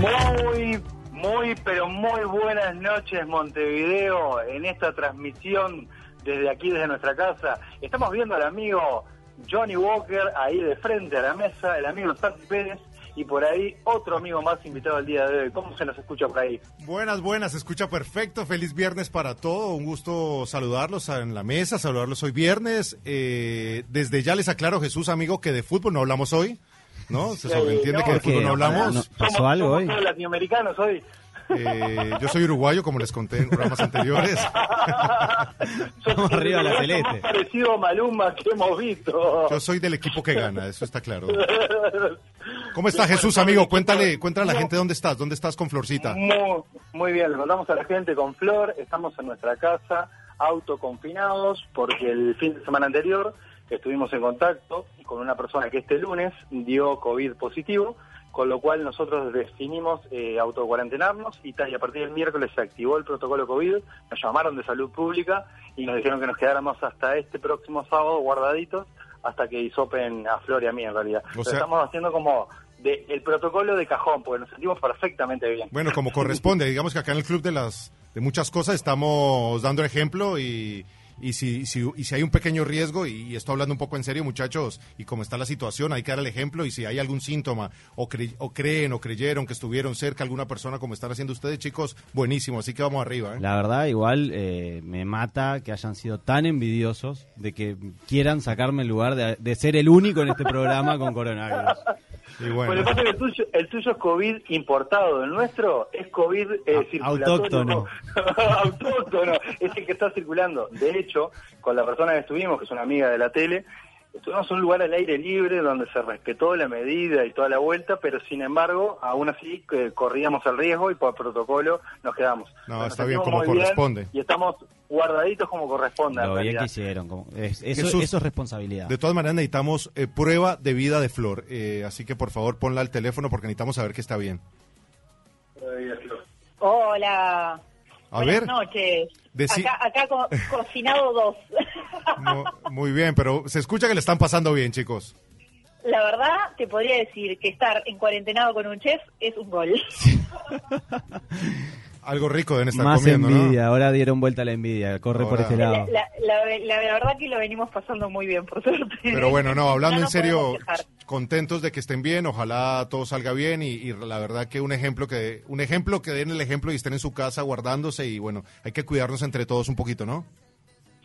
Muy, muy, pero muy buenas noches Montevideo en esta transmisión desde aquí, desde nuestra casa. Estamos viendo al amigo Johnny Walker ahí de frente a la mesa, el amigo Santi Pérez y por ahí otro amigo más invitado el día de hoy. ¿Cómo se nos escucha por ahí? Buenas, buenas, se escucha perfecto. Feliz viernes para todo. Un gusto saludarlos en la mesa, saludarlos hoy viernes. Eh, desde ya les aclaro, Jesús, amigo, que de fútbol no hablamos hoy. ¿No? Se Sí, Eh, sobreentiende no, que de que fútbol no hablamos. no- Pasó algo hoy. todos latinoamericanos hoy. Eh, yo soy uruguayo, como les conté en programas anteriores. Vamos arriba la Somos celeste. más parecido a Maluma que hemos visto. Yo soy del equipo que gana, eso está claro. ¿Cómo está Jesús, amigo? Cuéntale, cuéntale a la gente dónde estás, dónde estás con Florcita. Muy, muy bien, le contamos a la gente con Flor, estamos en nuestra casa, autoconfinados, porque el fin de semana anterior estuvimos en contacto con una persona que este lunes dio COVID positivo, con lo cual nosotros definimos eh, autocuarentenarnos y, tal, y a partir del miércoles se activó el protocolo COVID, nos llamaron de salud pública y nos dijeron que nos quedáramos hasta este próximo sábado guardaditos hasta que hisopen a Flor y a mí en realidad. Lo sea- estamos haciendo como de- el protocolo de cajón, porque nos sentimos perfectamente bien. Bueno, como corresponde, digamos que acá en el club de las de muchas cosas estamos dando ejemplo y, y si, si- y si hay un pequeño riesgo, y, y estoy hablando un poco en serio, muchachos, y como está la situación, hay que dar el ejemplo y si hay algún síntoma o, cre- o creen o creyeron que estuvieron cerca alguna persona como están haciendo ustedes, chicos, buenísimo, así que vamos arriba. ¿eh? La verdad, igual eh, me mata que hayan sido tan envidiosos de que quieran sacarme el lugar de, de ser el único en este programa con coronavirus. Y bueno. Bueno, pasa que el tuyo, el tuyo es COVID importado, el nuestro es COVID eh, A- circulatorio. autóctono. autóctono, es el que está circulando. De hecho, con la persona que estuvimos, que es una amiga de la tele, estuvimos en un lugar al aire libre donde se respetó la medida y toda la vuelta, pero sin embargo, aún así eh, corríamos el riesgo y por protocolo nos quedamos. No, Nos está bien, sentimos como muy bien corresponde. y estamos guardaditos como corresponde. en Lo bien realidad. que hicieron. como- es- eso, Jesús. eso es responsabilidad. De todas maneras, necesitamos eh, prueba de vida de Flor, eh, así que por favor ponla al teléfono porque necesitamos saber que está bien. Hola. A Buenas ver. noches. Decí- Acá, acá co- cocinado dos. Mu- muy bien, pero se escucha que le están pasando bien, chicos. La verdad, te podría decir que estar en cuarentenado con un chef es un gol. Algo rico deben estar Más comiendo, ¿no? envidia. Ahora dieron vuelta a la envidia. Corre por Ahora- este La, lado. la- la- la verdad que lo venimos pasando muy bien, por suerte. Pero bueno, no, hablando No en nos serio, podemos quejar. contentos de que estén bien, ojalá todo salga bien y, y la verdad que un ejemplo que un ejemplo que den el ejemplo y estén en su casa guardándose y bueno, hay que cuidarnos entre todos un poquito, ¿no?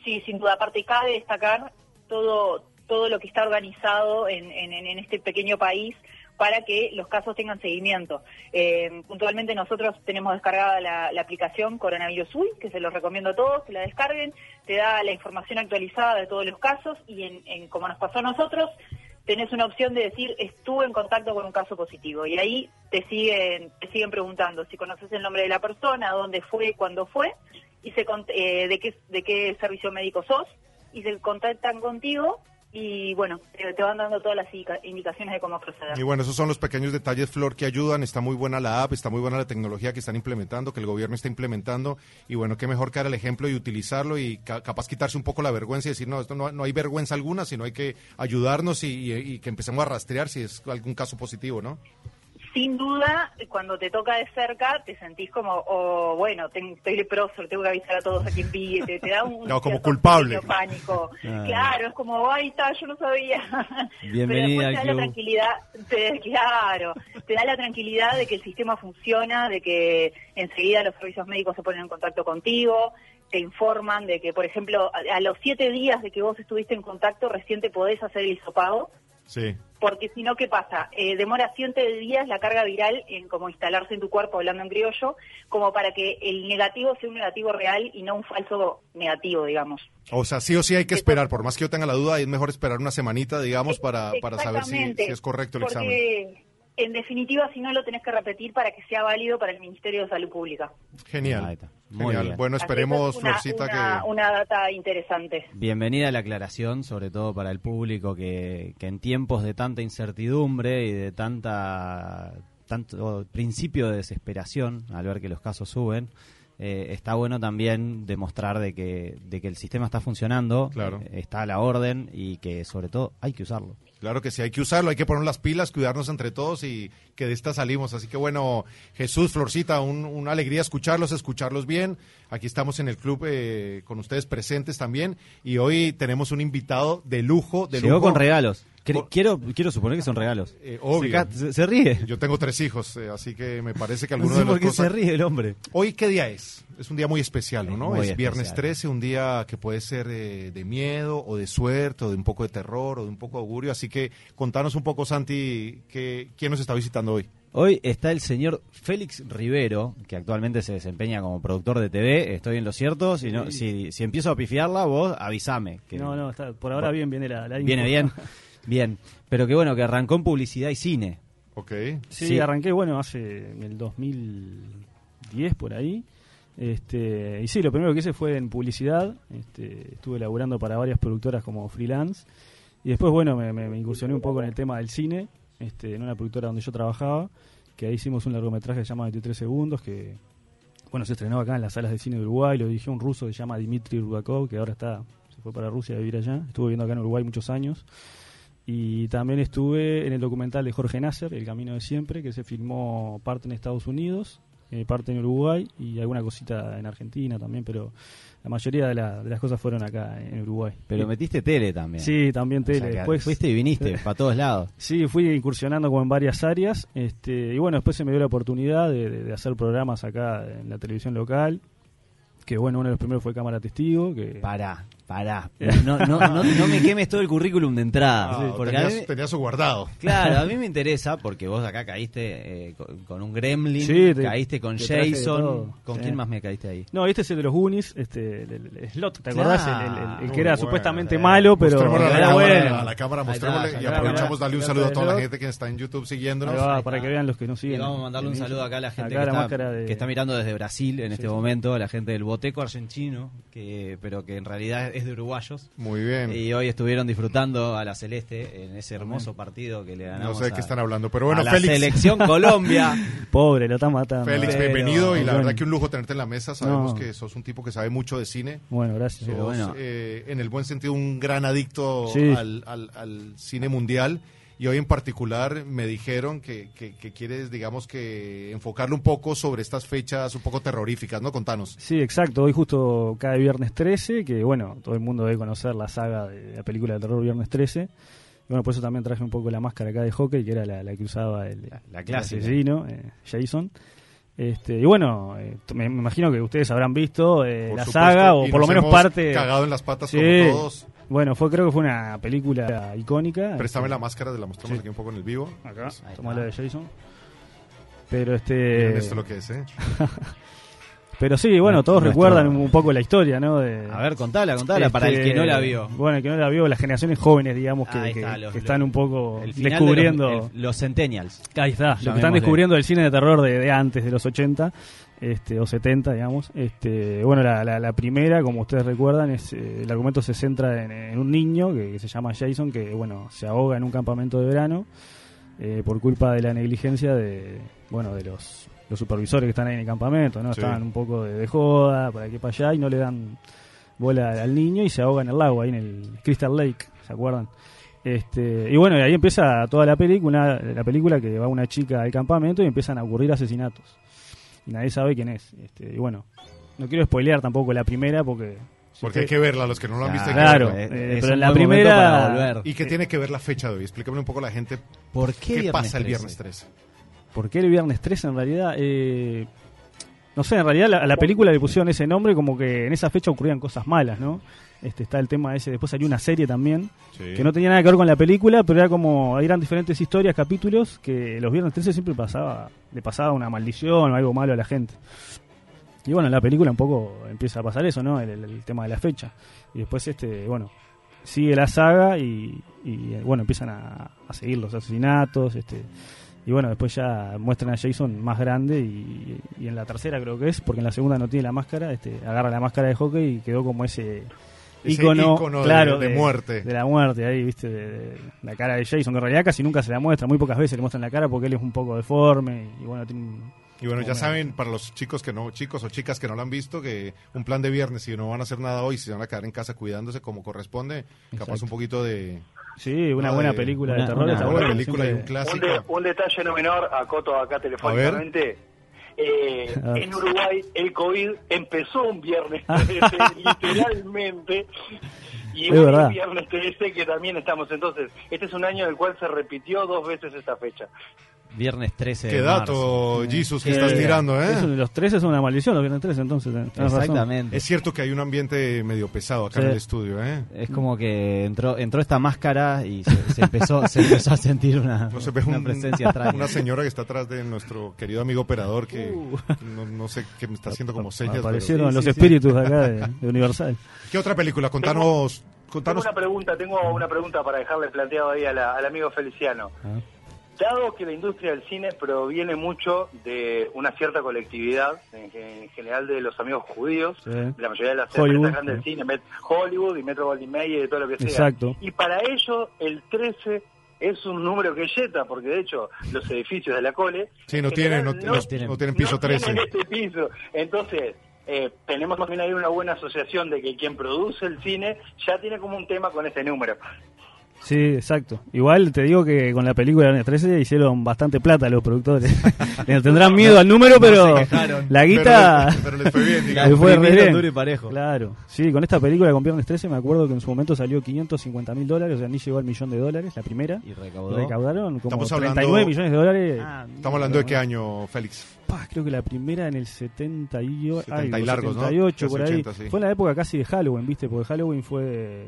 Sí, sin duda. Aparte, cabe destacar todo, todo lo que está organizado en, en- en este pequeño país para que los casos tengan seguimiento. Eh, puntualmente nosotros tenemos descargada la, la aplicación Coronavirus UI, que se los recomiendo a todos que la descarguen, te da la información actualizada de todos los casos y en, en como nos pasó a nosotros, tenés una opción de decir estuve en contacto con un caso positivo y ahí te siguen, te siguen preguntando si conoces el nombre de la persona, dónde fue, cuándo fue y se cont- eh, de qué de qué servicio médico sos y se contactan contigo y bueno te, te van dando todas las indica- indicaciones de cómo proceder. Y bueno, esos son los pequeños detalles, Flor, que ayudan. Está muy buena la app, está muy buena la tecnología que están implementando, que el gobierno está implementando. Y bueno, qué mejor que dar el ejemplo y utilizarlo y ca- capaz quitarse un poco la vergüenza y decir, no, esto no, no hay vergüenza alguna, sino hay que ayudarnos y, y- y que empecemos a rastrear si es algún caso positivo, ¿no? Sin duda cuando te toca de cerca te sentís como oh, bueno ten- estoy leproso le tengo que avisar a todos a quien pille te, te da un No, como cierto culpable. pequeño pánico Ah. claro es como ay está yo no sabía Bienvenida al Pero después te da la club. tranquilidad, te, claro, te da la tranquilidad de que el sistema funciona, de que enseguida los servicios médicos se ponen en contacto contigo, te informan de que, por ejemplo, a, a los siete días de que vos estuviste en contacto, recién te podés hacer el hisopado, Sí. porque si no, ¿qué pasa? Eh, demora siete días la carga viral en como instalarse en tu cuerpo, hablando en criollo, como para que el negativo sea un negativo real y no un falso negativo, digamos. O sea, sí o sí hay que esperar, por más que yo tenga la duda, es mejor esperar una semanita, digamos, para, para saber si, Eh, Exactamente, si es correcto el examen. porque, En definitiva, si no lo tenés que repetir para que sea válido para el Ministerio de Salud Pública. Ahí Genial. está. Muy Genial. bien. Bueno, Así que esperemos, esa es una- Florcita, una- que... Una data interesante. Bienvenida la aclaración, sobre todo para el público que, que en tiempos de tanta incertidumbre y de tanta tanto principio de desesperación al ver que los casos suben, eh, está bueno también demostrar de que, de que el sistema está funcionando, Claro. eh, está a la orden y que sobre todo hay que usarlo. Claro que sí, hay que usarlo, hay que poner las pilas, cuidarnos entre todos y que de esta salimos. Así que bueno, Jesús, Florcita, un- una alegría escucharlos, escucharlos bien. Aquí estamos en el club eh, con ustedes presentes también y hoy tenemos un invitado de lujo, de Llegó lujo. con regalos. Cre- Por- Quiero, quiero suponer que son regalos. Eh, obvio. Se ca- Se, se ríe. Yo tengo tres hijos, eh, así que me parece que No alguno sé de los por qué dos- se ríe el hombre. Hoy, ¿qué día es? Es un día muy especial, ¿no? Muy es viernes especial. 13, un día que puede ser eh, de miedo o de suerte o de un poco de terror o de un poco de augurio. Así que contanos un poco, Santi, que, quién nos está visitando hoy. Hoy está el señor Félix Rivero, que actualmente se desempeña como productor de TV. Estoy en lo cierto. Si, no, si, si empiezo a pifiarla, vos avísame. que- No, no, está- por ahora bien viene la, la info. Viene bien. Bien. Pero que bueno, que arrancó en publicidad y cine. Ok. Sí, Sí. arranqué, bueno, hace en el 2010 por ahí. Este, y sí, lo primero que hice fue en publicidad. Este, estuve laburando para varias productoras como freelance. Y después, bueno, me, me- me incursioné un poco en el tema del cine, este, en una productora donde yo trabajaba, que ahí hicimos un largometraje que se llama 23 segundos, que bueno, se estrenó acá en las salas de cine de Uruguay, lo dirigió un ruso que se llama Dmitry Rudakov, que ahora está, se fue para Rusia a vivir allá, estuvo viviendo acá en Uruguay muchos años. Y también estuve en el documental de Jorge Nasser, El Camino de Siempre, que se filmó parte en Estados Unidos, eh, parte en Uruguay y alguna cosita en Argentina también, pero la mayoría de, la- de las cosas fueron acá en Uruguay. Pero metiste tele también. Sí, también O tele. sea, que Después fuiste y viniste para todos lados. Sí, fui incursionando como en varias áreas. Este, y bueno, después se me dio la oportunidad de, de- de hacer programas acá en la televisión local. Que bueno, uno de los primeros fue Cámara Testigo. Que, Pará, pará. No, no, no, no me quemes todo el currículum de entrada. Ah, porque a tenía, mí- su- tenía su guardado. Claro, a mí me interesa porque vos acá caíste eh, con, con un Gremlin, Sí, te- caíste con te traje de Jason. todo. ¿Con Sí. quién más me caíste ahí? No, este es el de los Goonies, este, el, el- el Slot, ¿te acordás? El- el- el- el, Muy que era bueno, eh. supuestamente sí. malo, pero Mostrémosle a la, Era cámara, bueno. a la cámara, Ahí está, mostrémosle ahí y está, aprovechamos ahí darle un está, saludo a toda la reloj. gente que está en YouTube siguiéndonos. Ahí va, ahí para está. que vean los que nos Y siguen. vamos a mandarle un En- saludo acá a la gente que, acá la está, máscara de- que está mirando desde Brasil en este sí. momento, la gente del Boteco argentino, que, pero que en realidad es de uruguayos. Muy bien. Y hoy estuvieron disfrutando a la Celeste en ese hermoso partido que le no ganamos. sé de qué a- están hablando, pero bueno, a la Félix. selección Colombia. Pobre, lo están matando. Félix, Pero- bienvenido y la Bueno. verdad que un lujo tenerte en la mesa. Sabemos No. que sos un tipo que sabe mucho de cine. Bueno, gracias. Pero Sos, bueno. eh, en el buen sentido, un gran adicto Sí. al, al- al cine mundial. Y hoy en particular me dijeron que, que- que quieres, digamos, que enfocarlo un poco sobre estas fechas un poco terroríficas, ¿no? Contanos. Sí, exacto. Hoy justo cae Viernes 13, que bueno, todo el mundo debe conocer la saga de la película de terror Viernes 13. Y bueno, por eso también traje un poco la máscara acá de hockey, que era la, la que usaba el, La- la el clásica. asesino, eh, Jason. Este, y bueno, eh, t- me, me imagino que ustedes habrán visto eh, Por la supuesto, saga, o y por lo nos menos hemos parte... Cagado en las patas Sí. como todos. Bueno, fue creo que fue una película icónica. Este, Préstame la máscara, te la mostramos aquí un poco en el vivo. Acá, Ahí toma está. la de Jason. Pero Miren este... esto lo que es, ¿eh? Pero sí, bueno, todos Nuestro- recuerdan un poco la historia, ¿no? De, A ver, contala, contala, para el Este, que no la vio. Bueno, el que no la vio, las generaciones jóvenes, digamos, que, Ahí que- está, los- que están un poco El final de los- descubriendo. el- los Centennials. ahí está, lo que están llamémosle. descubriendo el cine de terror de, de antes, de los 80 este, o 70, digamos. Este, bueno, la, la- la primera, como ustedes recuerdan, es eh, el argumento se centra en, en un niño que, que se llama Jason, que bueno, se ahoga en un campamento de verano eh, por culpa de la negligencia de, bueno, de los, los supervisores que están ahí en el campamento, ¿no? Sí. Estaban un poco de, de joda, para aquí, para allá, y no le dan bola al- al niño y se ahoga en el lago, ahí en el Crystal Lake, ¿se acuerdan? Este, y bueno, y ahí empieza toda la película, la película que va una chica al campamento y empiezan a ocurrir asesinatos. Y nadie sabe quién es. Este, y bueno, no quiero spoilear tampoco la primera porque... si Porque hay usted- que verla, los que no lo han visto. hay Ah, que Claro. verla. eh, es pero un en la buen momento primera- para volver. ¿Y qué tiene que ver la fecha de hoy? Explícame un poco a la gente ¿Por qué, qué, viernes pasa el 13? viernes 13. ¿Por qué el viernes 13 en realidad? Eh, no sé, en realidad la, a la película le pusieron ese nombre como que en esa fecha ocurrían cosas malas, ¿no? Este, está el tema ese, después salió una serie también, que no tenía nada que ver con la película, pero era como, eran diferentes historias, capítulos, que los viernes 13 siempre pasaba, le pasaba una maldición o algo malo a la gente. Y bueno, en la película un poco empieza a pasar eso, ¿no? El, el- el tema de la fecha. Y después, este, bueno, sigue la saga y, y, eh, bueno, empiezan a, a seguir los asesinatos, este. Y bueno, después ya muestran a Jason más grande y, y en la tercera creo que es, porque en la segunda no tiene la máscara, este, agarra la máscara de hockey y quedó como ese Ese ícono, ícono de- claro, de muerte. de la muerte ahí, viste, de, de la cara de Jason, que en realidad casi nunca se la muestra, muy pocas veces le muestran la cara porque él es un poco deforme y bueno, tiene un- Y bueno, ya Bueno. saben, para los chicos que no, chicos o chicas que no lo han visto, que un plan de viernes, si no van a hacer nada hoy, si van a quedar en casa cuidándose como corresponde, capaz Exacto. un poquito de Sí, una Ah, buena de- película una- de terror. una está una bueno, buena película y siempre- un Un, de- clásico. un detalle no menor, acoto acá telefónicamente. Eh, A ver. en Uruguay el COVID empezó un viernes 13, literalmente, y Es hoy verdad. es viernes 13 que también estamos. Entonces, este es un año en el cual se repitió dos veces esta fecha. Viernes 13 de Qué marzo. dato, Jesus, que estás Eh, tirando, eso de ¿eh? los tres es una maldición, los viernes 13, entonces. tenés razón. Exactamente. Es cierto que hay un ambiente medio pesado acá Sí. en el estudio, ¿eh? Es como que entró, entró esta máscara y se, se empezó, se empezó a sentir una, No se ve una un- presencia extraña. una señora que está atrás de nuestro querido amigo operador que no, no sé qué me está haciendo como señas. Aparecieron Sí, los sí, sí. espíritus de acá de, de Universal. pero- ¿Qué otra película? Contanos, Tengo contanos una pregunta, tengo una pregunta para dejarle planteado ahí a la- al amigo Feliciano. Dado que la industria del cine proviene mucho de una cierta colectividad, en, ge- en general de los amigos judíos, Sí. de la mayoría de las Hollywood, empresas grandes del cine, Met- Hollywood y Metro Goldwyn Mayer y todo lo que sea. Exacto. Y para ellos el 13 es un número que yeta, porque de hecho los edificios de la cole... Sí, no en tienen, no, general, no- no tienen piso no 13. tienen este piso. Entonces, eh, tenemos también ahí una buena asociación de que quien produce el cine ya tiene como un tema con ese número. Sí, exacto. Igual te digo que con la película de Viernes 13 hicieron bastante plata los productores. Le tendrán miedo al número, pero quejaron. la Pero guita. les- Pero les fue bien, Le digamos. fue re Primero bien. duro y parejo. Claro. Sí, con esta película con Viernes 13 me acuerdo que en su momento salió 550 mil dólares, o sea, ni llegó al millón de dólares, la primera. Y Y recaudó. recaudaron como Estamos hablando- 39 millones de dólares. Ah, Estamos hablando de qué año, Félix. Pa, creo que la primera en el 70 y, o- 70 y algo, largos, ¿no? 78 Casi por ahí. 80, sí. Fue en la época casi de Halloween, ¿viste? Porque Halloween fue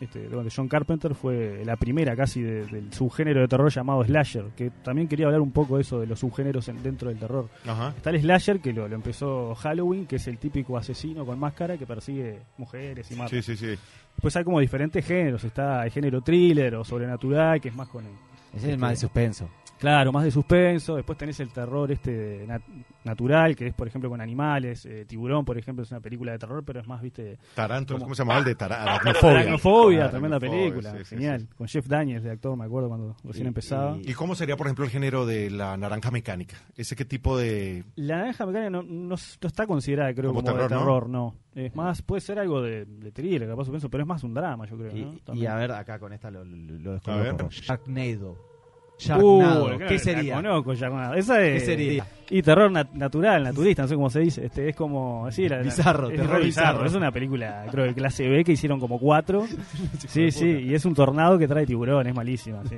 este, donde John Carpenter fue la primera casi de- del subgénero de terror llamado slasher, que también quería hablar un poco de eso de los subgéneros en- dentro del terror. Ajá. Está el slasher que lo, lo empezó Halloween, que es el típico asesino con máscara que persigue mujeres y mata. Sí, sí, sí. Pues hay como diferentes géneros, está el género thriller o sobrenatural, que es más con el Ese es el más de suspenso. Claro, más de suspenso. Después tenés el terror este de nat- natural, que es, por ejemplo, con animales. Eh, Tiburón, por ejemplo, es una película de terror, pero es más, viste, Taranto, ¿Cómo? ¿cómo se llamaba el de Taranto? Aracnofobia. Ah, Aracnofobia, Ah, tremenda Aracnofobia, película. sí, sí, Genial. Con Jeff Daniels, de actor, me acuerdo cuando recién Y- empezaba. sí. ¿Y cómo sería, por ejemplo, el género de la naranja mecánica? ¿Ese qué tipo de...? La naranja mecánica no, no s- no está considerada, creo, Como como, de terror, terror, ¿no? Es más, puede ser algo de, de thriller, capaz suspenso, pero es más un drama, yo creo. Y, ¿no? y También. a ver, acá con esta lo, lo, lo A ver. descoloco. Sharknado. Uh, Sharknado. claro, ¿Qué la sería? conozco, Sharknado. Esa es. ¿Qué sería? Y terror nat- natural, naturista, no sé cómo se dice. Este es como. Sí, la- la- Bizarro, es terror re bizarro. bizarro. Es una película, creo, de clase B que hicieron como cuatro. sí, sí, y es un tornado que trae tiburones, malísima, sí.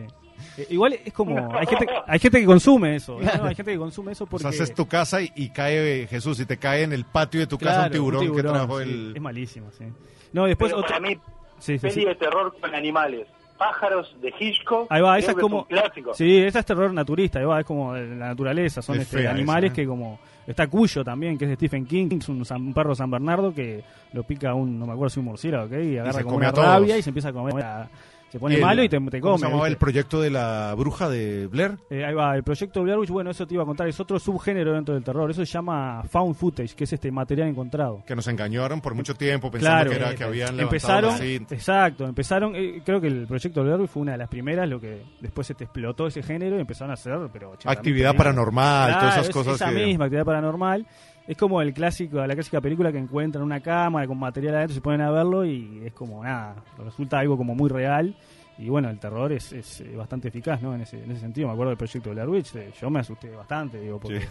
Eh, igual es como. Hay gente, hay gente que consume eso. ¿no? Hay gente que consume eso Pues porque. haces tu casa y, y cae, eh, Jesús, y te cae en el patio de tu casa Claro, un tiburón, que trajo sí, el... Es malísimo, sí. No, y después Pero Pues otra. para mí, Sí, sí, peli sí. de terror con animales. Pájaros de Hitchcock. Ahí va, creo esa es que como. un clásico. Sí, esa es terror naturista, ahí va, es como de la naturaleza, son Es este, fea animales esa, ¿eh? que como. Está Cuyo también, que es de Stephen King, es un, san- un perro San Bernardo que lo pica un, no me acuerdo si un murciélago, ¿ok? Y agarra se como come una a todos. rabia y se empieza a comer. a- se pone el- malo y te, te ¿Cómo come. se llamaba el ¿viste? proyecto de la bruja de Blair? Eh, ahí va, el proyecto Blair Witch, bueno, eso te iba a contar, es otro subgénero dentro del terror, eso se llama found footage, que es este material encontrado. Que nos engañaron por mucho tiempo pensando Claro. eh, que, era, que habían levantado empezaron este, la cinta. exacto empezaron eh, creo que el proyecto Blair Witch fue una de las primeras lo que después se te explotó ese género y empezaron a hacer pero 80.000 Actividad películas. paranormal, todas Claro, esas es- cosas esa que... misma actividad paranormal es como el clásico la clásica película que encuentran una cámara con material adentro se ponen a verlo y es como nada resulta algo como muy real y bueno el terror es, es, eh, bastante eficaz no en ese, en ese sentido me acuerdo del proyecto Blair Witch eh, yo me asusté bastante digo porque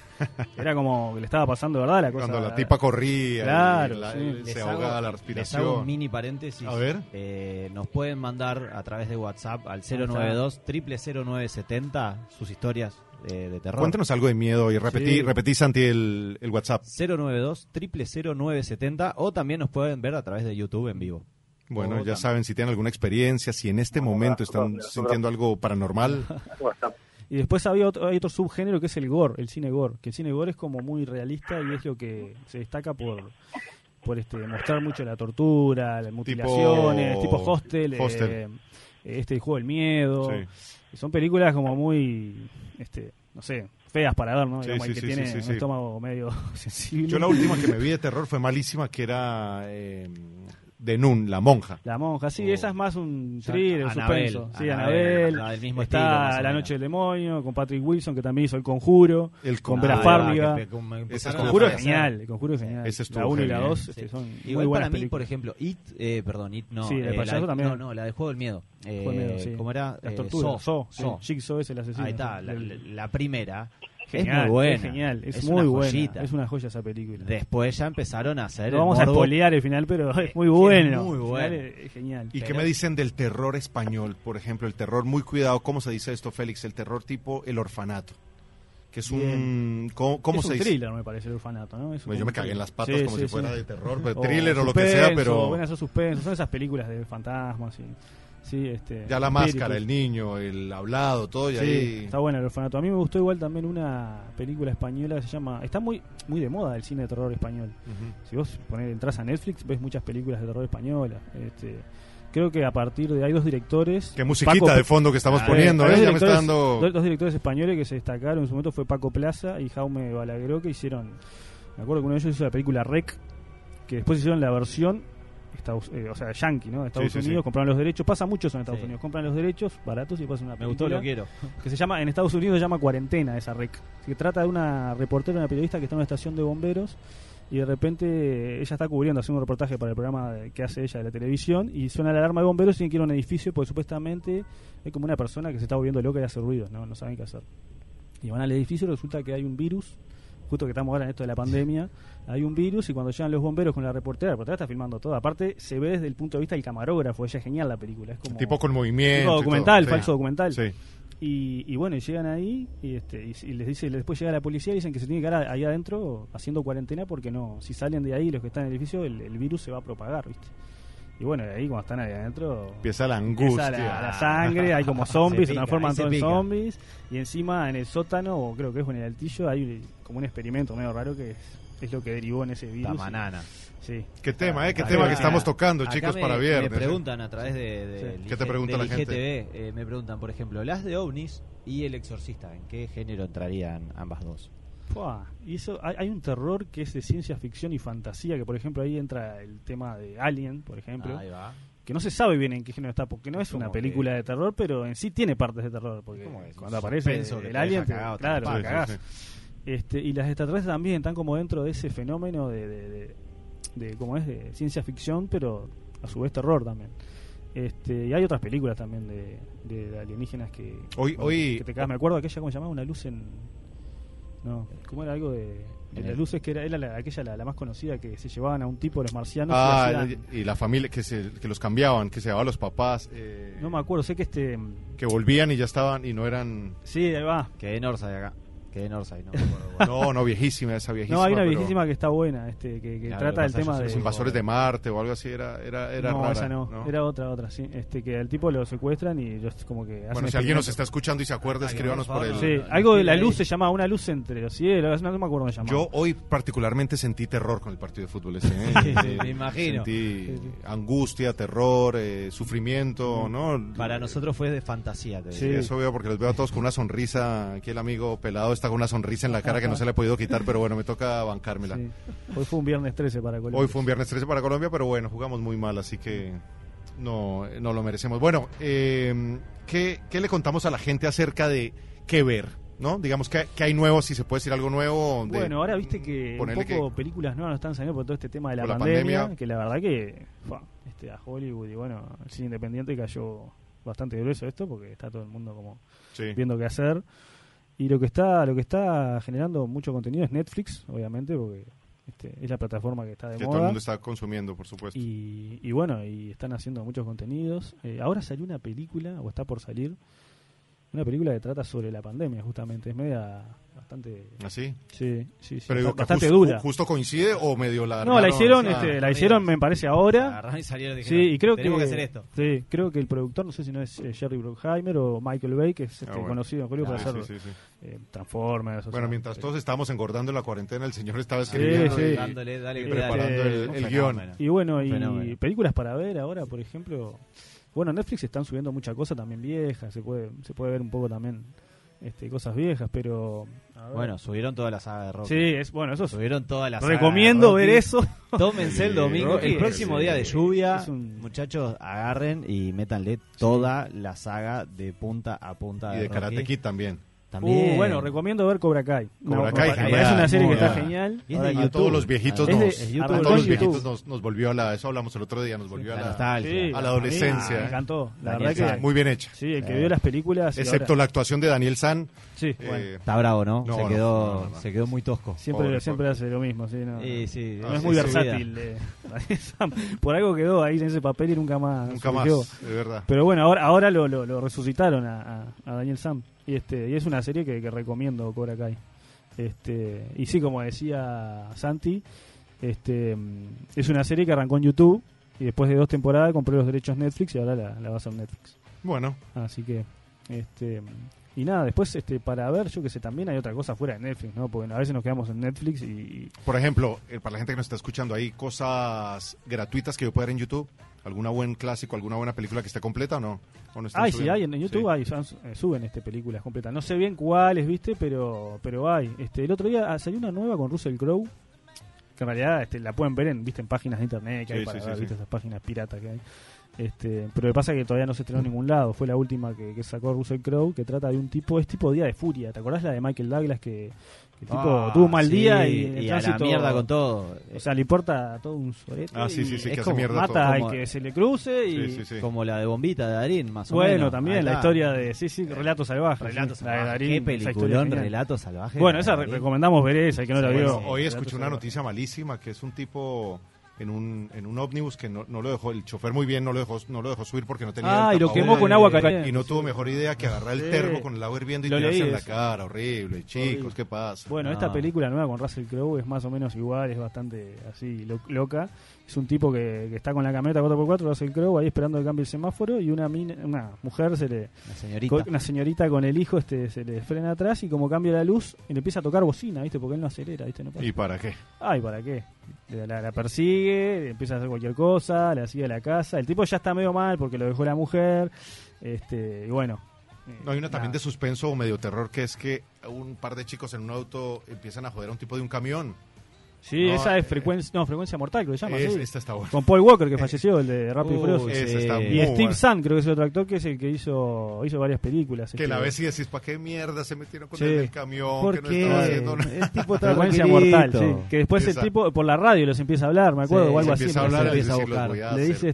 era como que le estaba pasando de verdad la cosa Cuando la tipa corría, y Claro, la- sí. se Les ahogaba hago- les la hago un respiración. mini paréntesis. A ver. Eh, nos pueden mandar a través de WhatsApp al está. 092 0970 sus historias eh, de terror. Cuéntanos algo de miedo y repetí, Sí. repetí Santi, el, el WhatsApp. 092 0970 o también nos pueden ver a través de YouTube en vivo. Bueno, Otra. ya saben, si tienen alguna experiencia, si en este momento están otra, otra. sintiendo algo paranormal, WhatsApp. Y después había otro, hay otro subgénero que es el gore, el cine gore, que el cine gore es como muy realista y es lo que se destaca por por este mostrar mucho la tortura, las mutilaciones, tipo, hostel, eh, Hostel. eh, este el juego del miedo. Sí. Y Son películas como muy este, no sé, feas para ver, ¿no? Sí, Digamos, sí, el que sí, tiene sí, sí, un sí. estómago medio sensible. yo la última que me vi de terror fue malísima, que era eh, de Nun, la monja. La monja, sí, Oh. esa es más un Ya, thriller, un Anabel, suspenso. Sí, Anabel, Anabel. la del mismo está estilo, más o La menos. Noche del Demonio, con Patrick Wilson, que también hizo El Conjuro. El con Conjuro. Vera Ah, Farmiga. que- que- que- me Ese es El empezaron a Conjuro es aparecer. genial, El Conjuro es genial. Ese estuvo la 1 y la genial, 2 sí. este, son muy Igual para mí, buenas por películas. ejemplo, It, eh, perdón, It no. Sí, la del eh, payaso la, también. No, no, la de Juego del Miedo. Eh, Fue medio, sí. ¿Cómo era? Las Eh, torturas. Saw, So, Saw. Jigsaw es el asesino. Ahí está, la, El- la primera. genial, es muy buena. Es genial, es, una muy buena. joyita. Es una joya esa película. Después ya empezaron a hacer. No el vamos a morbo. espolear el final, pero es muy Sí, es bueno. muy El final bueno. es- Es genial. ¿Y qué Pero- me dicen del terror español? Por ejemplo, el terror, muy cuidado, ¿cómo se dice esto, Félix? El terror tipo el orfanato. Que es un. ¿Cómo, cómo es se un dice? thriller, me parece, el orfanato, ¿no? Bueno, Es Pues yo un me cagué en las patas thriller. como Sí, si sí, fuera sí. de terror, pero thriller o, lo que sea, suspenso, Buenas pero. a suspenso, son esas películas de fantasmas. Y, sí, este, Ya la espíritus. máscara, el niño, el hablado, todo, y Sí, ahí. está bueno el orfanato. A mí me gustó igual también una película española que se llama. Está muy muy de moda el cine de terror español. Ujú. Si vos ponés, entras a Netflix, ves muchas películas de terror españolas. Este, creo que a partir de. Hay dos directores. Qué musiquita Paco- de fondo que estamos Ah, poniendo, hay dos ¿eh? Ya me está directores- dando. Dos, dos directores españoles que se destacaron en su momento fue Paco Plaza y Jaume Balagueró, que hicieron. Me acuerdo que uno de ellos hizo la película Rec, que después hicieron la versión. Estados, eh, o sea, Yankee, ¿no? De Estados Sí, sí, Unidos, sí. compraron los derechos. Pasa mucho eso en Estados Sí. Unidos. Compran los derechos baratos y pasan una Me película. gustó, lo quiero. que se llama en Estados Unidos se llama cuarentena esa rec se trata de una reportera una periodista que está en una estación de bomberos y de repente eh, ella está cubriendo haciendo un reportaje para el programa de- que hace ella de la televisión y suena la alarma de bomberos y tienen que ir a un edificio porque supuestamente hay como una persona que se está volviendo loca y hace ruidos no no saben qué hacer y van al edificio y resulta que hay un virus justo que estamos ahora en esto de la pandemia hay un virus y cuando llegan los bomberos con la reportera la reportera está filmando todo aparte se ve desde el punto de vista del camarógrafo ella es genial la película es como Tipo con movimiento. y tipo todo. documental Sí. falso documental Sí. y, y bueno, y llegan ahí y, este, y, y les dice, después llega la policía y dicen que se tiene que quedar ahí adentro haciendo cuarentena porque no, si salen de ahí los que están en el edificio, el, el virus se va a propagar, ¿viste? Y bueno, de ahí cuando están ahí adentro... Empieza la angustia. empieza la, la sangre, hay como zombies, se, pica, transforman ahí se todos en pica. zombies y encima en el sótano, o creo que es en el altillo, hay como un experimento medio raro que es, es lo que derivó en ese La virus. banana. Sí. Qué tema, ¿eh? Qué Acá- tema que acá- estamos tocando, acá chicos, me- para viernes. Me preguntan a través de, de- Sí. del ¿Qué te IG pregunta del la gente? IGTV, eh, me preguntan, por ejemplo, las de ovnis y el exorcista. ¿En qué género entrarían ambas dos? Fua, Y eso, hay, hay un terror que es de ciencia ficción y fantasía, que por ejemplo ahí entra el tema de Alien, por ejemplo. Ahí va. que no se sabe bien en qué género está, porque no es una como que- película de terror, pero en sí tiene partes de terror, porque ¿Cómo es? cuando Un aparece suspenso que te el deja alien, te- cagado, te claro, atrapa, te Sí, sí, cagás. sí. Este, y las extraterrestres también están como dentro de ese fenómeno de, de, de- de cómo es de ciencia ficción, pero a su vez terror también. Este, y hay otras películas también de, de alienígenas que, Hoy- hoy- que te cagás. Me acuerdo aquella, ¿cómo se llamaba? Una luz en... No, ¿cómo era algo de...? de En las el- luces que era, era la- aquella la, la más conocida que se llevaban a un tipo los marcianos y Ah, hacían- y la familia que, se, que los cambiaban, que se llevaban los papás, eh, no me acuerdo sé que este que volvían y ya estaban y no eran... sí ahí va Quedé en Orsay acá. Quedé en Orsay, no me acuerdo. No, no, viejísima, esa viejísima. No, hay una pero viejísima que está buena, este, que, que Claro, trata lo el que tema pasa, yo de. Los soy invasores de Marte o algo así, era, era, era no, rara, esa no. Era otra, otra, sí. Este, que al tipo lo secuestran y ellos como que hacen. Bueno, si alguien nos experimentos. está escuchando y se acuerda, Ay, escríbanos por por el... favor, Sí, No, no, no, algo de la escribe luz ahí. se llama una luz entre los cielos, Ah, no me acuerdo cómo se llama. Yo hoy particularmente sentí terror con el partido de fútbol ese. ¿eh? Sí, sí, me imagino. Sentí angustia, terror, eh, sufrimiento, ¿no? Mm. Para nosotros fue de fantasía, te Sí. digo. Eso veo porque los veo a todos con una sonrisa. Aquí el amigo pelado está con una sonrisa en la cara que no Ajá. se le ha podido quitar, pero bueno, me toca bancármela. Sí. Hoy fue un viernes 13 para Colombia. Hoy fue un viernes 13 para Colombia, pero bueno, jugamos muy mal, así que no, no lo merecemos. Bueno, eh, ¿qué, qué le contamos a la gente acerca de qué ver? ¿No? Digamos que, que hay nuevo, si se puede decir algo nuevo. de- Bueno, ahora viste que un ponele poco películas nuevas no están saliendo por todo este tema de la, Por la pandemia, pandemia. que la verdad que fua, este, a Hollywood y bueno, el cine independiente cayó bastante grueso esto porque está todo el mundo como Sí. viendo qué hacer. Y lo que está, lo que está generando mucho contenido es Netflix, obviamente, porque este, es la plataforma que está de que todo el moda. mundo está consumiendo, por supuesto. Y, y bueno, y están haciendo muchos contenidos. Eh, ahora salió una película, o está por salir, una película que trata sobre la pandemia, justamente. Es media bastante, ¿Así? sí, sí, sí, ¿Ah, Pero digo que bastante justo, dura. justo coincide o medio la no, la hicieron, Ah, este, la no hicieron, digas. me parece, ahora. Agarraron y salieron y Sí, dijeron, y creo que, tenemos que hacer esto. Sí, creo que el productor, no sé si no es eh, Jerry Bruckheimer o Michael Bay, que es este, Ah, bueno. conocido en Hollywood sí, para hacer sí, sí, sí. eh, Transformers. o Bueno, sea, mientras eh, todos estábamos engordando en la cuarentena, el señor estaba Sí, escribiendo sí. y- Dándole, dale, y Sí. dale. preparando el, Un el Fenómeno. guión. Y bueno, y Fenómeno. películas para ver ahora, por ejemplo. Bueno, Netflix están subiendo mucha cosa también vieja, se puede se puede ver un poco también este, cosas viejas, pero. a ver. Bueno, subieron toda la saga de Rocky. sí, es bueno, eso es- Subieron toda la saga. Recomiendo de ver Rocky. eso. Tómense el domingo, Rocky el próximo es, día de lluvia. es un- Muchachos, agarren y métanle toda la saga de punta a punta. Y de Rocky. Karate Kid también. También. Uh, bueno, recomiendo ver Cobra Kai. Cobra me Kai, pa- me genial. parece una serie que Muy está buena. genial. Y es Ahora de hay A YouTube. todos los viejitos Es de- nos, es YouTube. a arrancó todos los en viejitos YouTube. nos, nos volvió a la, eso hablamos el otro día, nos volvió a La la, nostalgia. Sí, a la adolescencia, mí Me eh. encantó. La Daniel verdad que. muy bien hecha. Sí, el que vio las películas. y Excepto ahora- la actuación de Daniel San. Sí, eh, bueno. Está bravo, ¿no? No, se, no, quedó, no, no, no. se quedó muy tosco. Siempre, pobre, siempre pobre. hace lo mismo, sí, no. Sí, sí. No es sí, muy sí. versátil. eh. Por algo quedó ahí en ese papel y nunca más. nunca surgió. más, de verdad. Pero bueno, ahora, ahora lo, lo, lo resucitaron a, a- a Daniel Sam. Y este y es una serie que, que recomiendo, Cobra Kai. Este, y sí, como decía Santi, este mm, es una serie que arrancó en YouTube y después de dos temporadas compré los derechos Netflix y ahora la, la vas a Netflix. Bueno, Así que, este y nada, después este para ver, yo que sé, también hay otra cosa fuera de Netflix, ¿no? Porque a veces nos quedamos en Netflix y... por ejemplo, eh, para la gente que nos está escuchando, ¿hay cosas gratuitas que yo pueda ver en YouTube? ¿Alguna buen clásico, alguna buena película que esté completa o no? ¿O no están Ay, sí, subiendo? hay en en YouTube Sí. hay, son- eh, suben este películas completas. No sé bien cuáles, ¿viste? Pero pero hay. Este, el otro día ah, salió una nueva con Russell Crowe que en realidad este, la pueden ver en, ¿viste? en páginas de internet que hay Sí, para sí, ver, sí, ¿viste? sí. esas páginas piratas que hay. Este, pero lo que pasa es que todavía no se estrenó en ningún lado. Fue la última que, que sacó Russell Crowe, que trata de un tipo, es tipo Día de Furia. ¿Te acordás la de Michael Douglas que, que el tipo Ah, tuvo un mal sí, día y, en el y a la tránsito- mierda con todo. O sea, le importa a todo un sorete. Ah, sí, y sí, sí, es que hace como mierda Mata todo. al Como- que se le cruce y, Sí, sí, sí. Como la de Bombita de Darín, más o bueno, menos. también Ahí la está. historia de. Sí, sí, Relatos Salvajes. Relato sí, la de salvaje. Darín, Qué esa historia peliculón, genial. Relato salvaje. Bueno, de esa re- Darín. recomendamos ver esa, el que no la Sí, vio. Bueno, hoy Relatos escuché una Salvajes. noticia malísima que es un tipo en un, en un ómnibus que no, no lo dejó, el chofer muy bien no lo dejó, no lo dejó subir porque no tenía. Ah, el y lo quemó tapabocas. con agua Eh, caliente. Y no tuvo mejor idea que agarrar el Sí. termo con el agua hirviendo y Lo tirarse leí en la eso. cara, horrible. Chicos, Horrible. ¿qué pasa? Bueno, No. esta película nueva con Russell Crowe es más o menos igual, es bastante así lo- loca. Es un tipo que, que está con la camioneta 4x4, Russell Crowe, ahí esperando que cambie el semáforo y una, mina- una mujer se le, La señorita. con- una señorita con el hijo este se le frena atrás y como cambia la luz y le empieza a tocar bocina, ¿viste? Porque él no acelera, ¿viste? No pasa. ¿Y para qué? Ay, ¿para qué? Le- La, la persigue, le empieza a hacer cualquier cosa, la sigue a la casa. El tipo ya está medio mal porque lo dejó la mujer. Este, y bueno. eh, No, hay una también de nada. suspenso o medio terror que es que un par de chicos en un auto empiezan a joder a un tipo de un camión. Sí, No, esa es eh, frecuencia, no, frecuencia mortal, creo que se llama. Es- sí. esta está buena. Con Paul Walker, que falleció, el de Rápido y Uy, Furioso. eh, Esa está sí. Y muy Steve buena. Zahn, creo que es el otro actor que es el que hizo, hizo varias películas. Que este, la ves y decís, ¿para qué mierda se metieron con Sí. el del camión? ¿Por que no qué? estaba haciendo nada? El tipo estaba Frecuencia tranquilito. mortal, sí. Que después Esa. el tipo por la radio los empieza a hablar, me acuerdo, Sí, o algo se así. empieza a me hablar parece. y empieza a decir, los buscar. voy a Le hacer. dice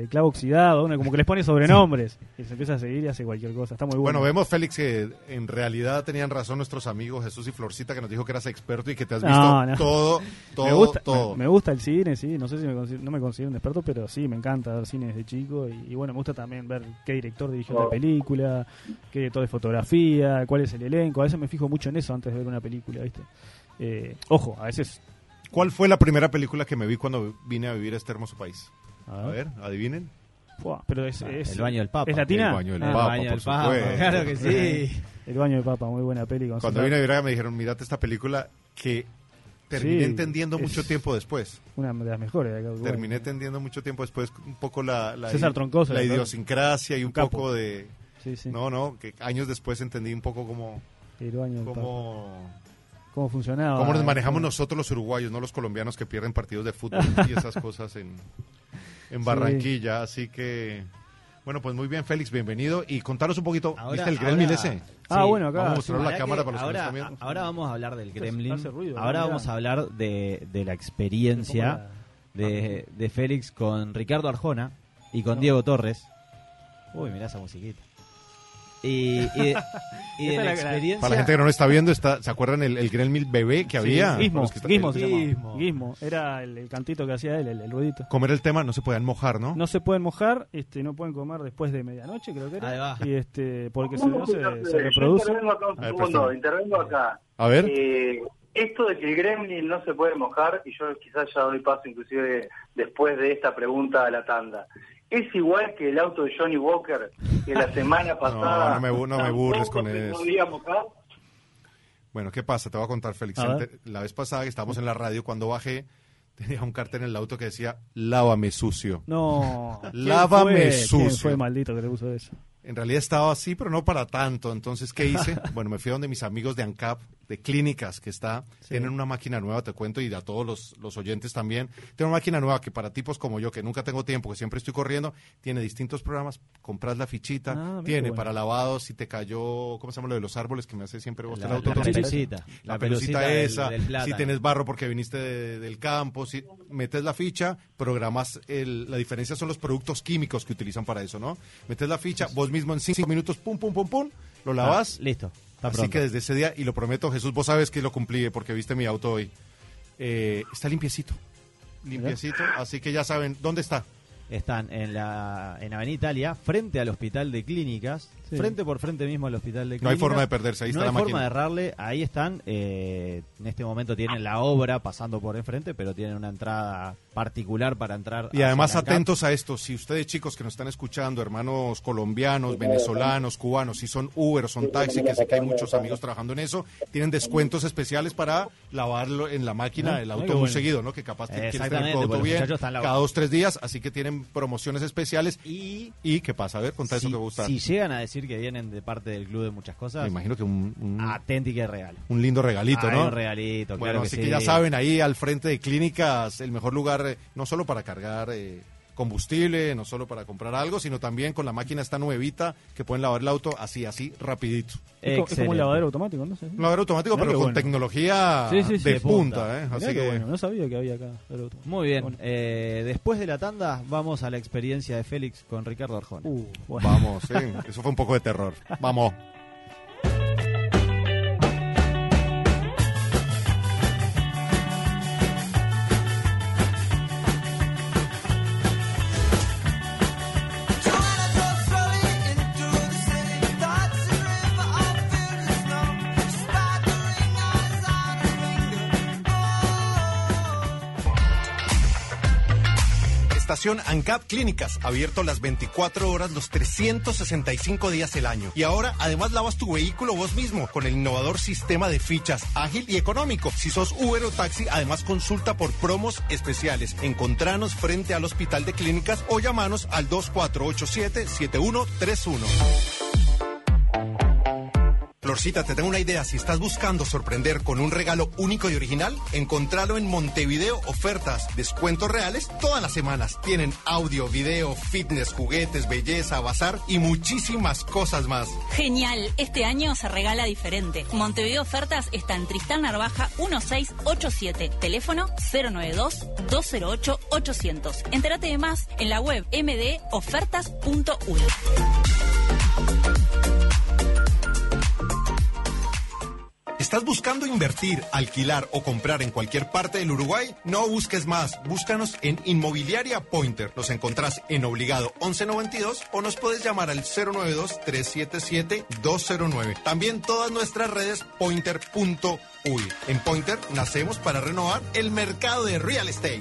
este clavo oxidado, bueno, como que les pone sobrenombres. Y se empieza a seguir y hace cualquier cosa. Está muy bueno. Bueno, vemos, Félix, que en realidad tenían razón nuestros amigos Jesús y Florcita, que nos dijo que eras experto y que te has No, visto no. todo, todo, me gusta, todo. Me, me gusta el cine, sí. No sé si me consi- no me considero un experto, pero sí, me encanta ver cine desde chico. Y, y bueno, me gusta también ver qué director dirigió la Oh. película, qué director de fotografía, cuál es el elenco. A veces me fijo mucho en eso antes de ver una película, ¿viste? Eh, ojo, a veces. ¿Cuál fue la primera película que me vi cuando vine a vivir a este hermoso país? A A ver, ver. adivinen. Buah, pero es, Ah, es- el baño del Papa. ¿Es latina? El baño del Ah, Papa, baño por del Papa, supuesto. Claro que sí. El baño del Papa, muy buena peli. con Cuando Sandra- vine a vivir acá me dijeron, mirate esta película que terminé Sí, entendiendo es- mucho tiempo después. Una de las mejores. de acá, Uruguay. Terminé entendiendo mucho tiempo después un poco la, la, César Troncoso, la ¿no? idiosincrasia y un Un capo. poco de... Sí, sí. No, no, que años después entendí un poco cómo... El baño del Papa. cómo cómo funcionaba. ¿Cómo nos manejamos nosotros los uruguayos, no los colombianos que pierden partidos de fútbol y esas cosas en, en Sí. Barranquilla? Así que, bueno, pues muy bien, Félix, bienvenido. Y contanos un poquito, Ahora- ¿viste el Gremlin ahora- ese? Ah, Sí. bueno, acá. Vamos a mostrar la Ojalá cámara que para los que ahora, nos están viendo. ahora vamos a hablar del hace Kremlin. ruido, ahora ¿no? vamos a hablar de, de la sí, sí. experiencia de, de Félix con Ricardo Arjona y con No. Diego Torres. Ah. Uy, mirá esa musiquita. Y, y, y de la Esta es la- experiencia. Para la gente que no lo está viendo, está, ¿se acuerdan el, el Gremlin bebé que había? Para Gizmo, los que está- Gizmo se el- llamaba. Gizmo. Gizmo, era el, el cantito que hacía él, el, el ruidito. Comer el tema, no se podían mojar, ¿no? No se pueden mojar, este, no pueden comer después de medianoche, creo que Ahí va. era. Y este, porque si no se, se Yo reproduce. Intervengo acá un A ver, segundo, perdón. intervengo acá. A ver, Eh, esto de que el gremlin no se puede mojar, y yo quizás ya doy paso inclusive después de esta pregunta a la tanda, ¿es igual que el auto de Johnny Walker que la semana pasada no me bu- no me burles con tampoco se eso. podía mojar? bueno, ¿qué pasa? Te voy a contar, Félix. A ver. Ante- La vez pasada que estábamos en la radio, cuando bajé, tenía un cartel en el auto que decía, lávame sucio. No. ¿Quién Lávame fue? ¿Quién sucio. fue el maldito que le puso eso? en realidad estaba así, pero no para tanto. Entonces, ¿qué hice? Bueno, me fui a donde mis amigos de ANCAP, de clínicas, que está, tienen una máquina nueva, te cuento, y a todos los, los oyentes también. Tiene una máquina nueva que para tipos como yo, que nunca tengo tiempo, que siempre estoy corriendo, tiene distintos programas, compras la fichita, Ah, mira qué tiene bueno. para lavados, si te cayó, ¿cómo se llama lo de los árboles que me hace siempre vos? La, el la auto- pelucita. la pelucita del- esa, del si plátano. Ah, tienes barro porque viniste de- del campo, si metes la ficha, programas, el- la diferencia son los productos químicos que utilizan para eso, ¿no? Metes la ficha, vos mismo en cinco minutos, pum, pum, pum, pum, lo Ah, lavas. listo. Está así pronto. que desde ese día, y lo prometo, Jesús, vos sabes que lo cumplí eh, porque viste mi auto hoy. Eh, está limpiecito, limpiecito, así que ya saben, ¿dónde está? Están en la en Avenida Italia, frente al hospital de clínicas, Sí. frente por frente mismo al hospital de No hay clínicas. forma de perderse, ahí no está la hay forma de máquina. errarle, ahí están. eh, en este momento tienen la obra pasando por enfrente, pero tienen una entrada particular para entrar. Y además hacia la atentos a esto, si ustedes chicos que nos están escuchando, hermanos colombianos, venezolanos, cubanos, si son Uber, son taxi, que sé que hay muchos amigos trabajando en eso, tienen descuentos especiales para lavarlo en la máquina, el auto qué muy bueno. seguido, ¿no? Que capaz te- quieres tener Exactamente, tu auto porque los bien muchachos están lavando. cada dos, tres días, así que tienen promociones especiales. Y ¿Y qué pasa? A ver, contá eso si, que vos estás. si llegan a decir que vienen de parte del club de muchas Me cosas, imagino que un, un- atenti que regalo. un lindo regalito, Hay ¿no? un regalito, Bueno, claro que así sí. que ya saben, ahí al frente de clínicas, el mejor lugar, eh, no solo para cargar eh, combustible, no solo para comprar algo, sino también con la máquina esta nuevita que pueden lavar el auto así, así, rapidito. Es, co- es como un Excelente. lavadero automático, ¿no? sé. Un lavadero automático, Mirá pero qué con bueno. tecnología Sí, sí, sí. de De punta, punta. ¿eh? Mirá Así qué que... bueno, no sabía que había acá lavadero automático. Muy bien. Bueno. eh, después de la tanda, vamos a la experiencia de Félix con Ricardo Arjona. Uh, bueno. Vamos, sí, eso fue un poco de terror. Vamos. Estación ANCAP Clínicas, abierto las 24 horas, los 365 días el año. Y ahora, además, lavas tu vehículo vos mismo con el innovador sistema de fichas, ágil y económico. Si sos Uber o taxi, además consulta por promos especiales. Encontranos frente al Hospital de Clínicas o llamanos al 2487-7131. Florcita, te tengo una idea. Si estás buscando sorprender con un regalo único y original, encontralo en Montevideo Ofertas. Descuentos reales todas las semanas. Tienen audio, video, fitness, juguetes, belleza, bazar y muchísimas cosas más. Genial, este año se regala diferente. Montevideo Ofertas está en Tristán Narvaja 1687, teléfono 092-208-800. Entérate de más en la web mdofertas.uy. ¿Estás buscando invertir, alquilar o comprar en cualquier parte del Uruguay? No busques más. Búscanos en Inmobiliaria Pointer. Nos encontrás en Obligado 1192 o nos puedes llamar al 092-377-209. También todas nuestras redes pointer.uy. En Pointer nacemos para renovar el mercado de real estate.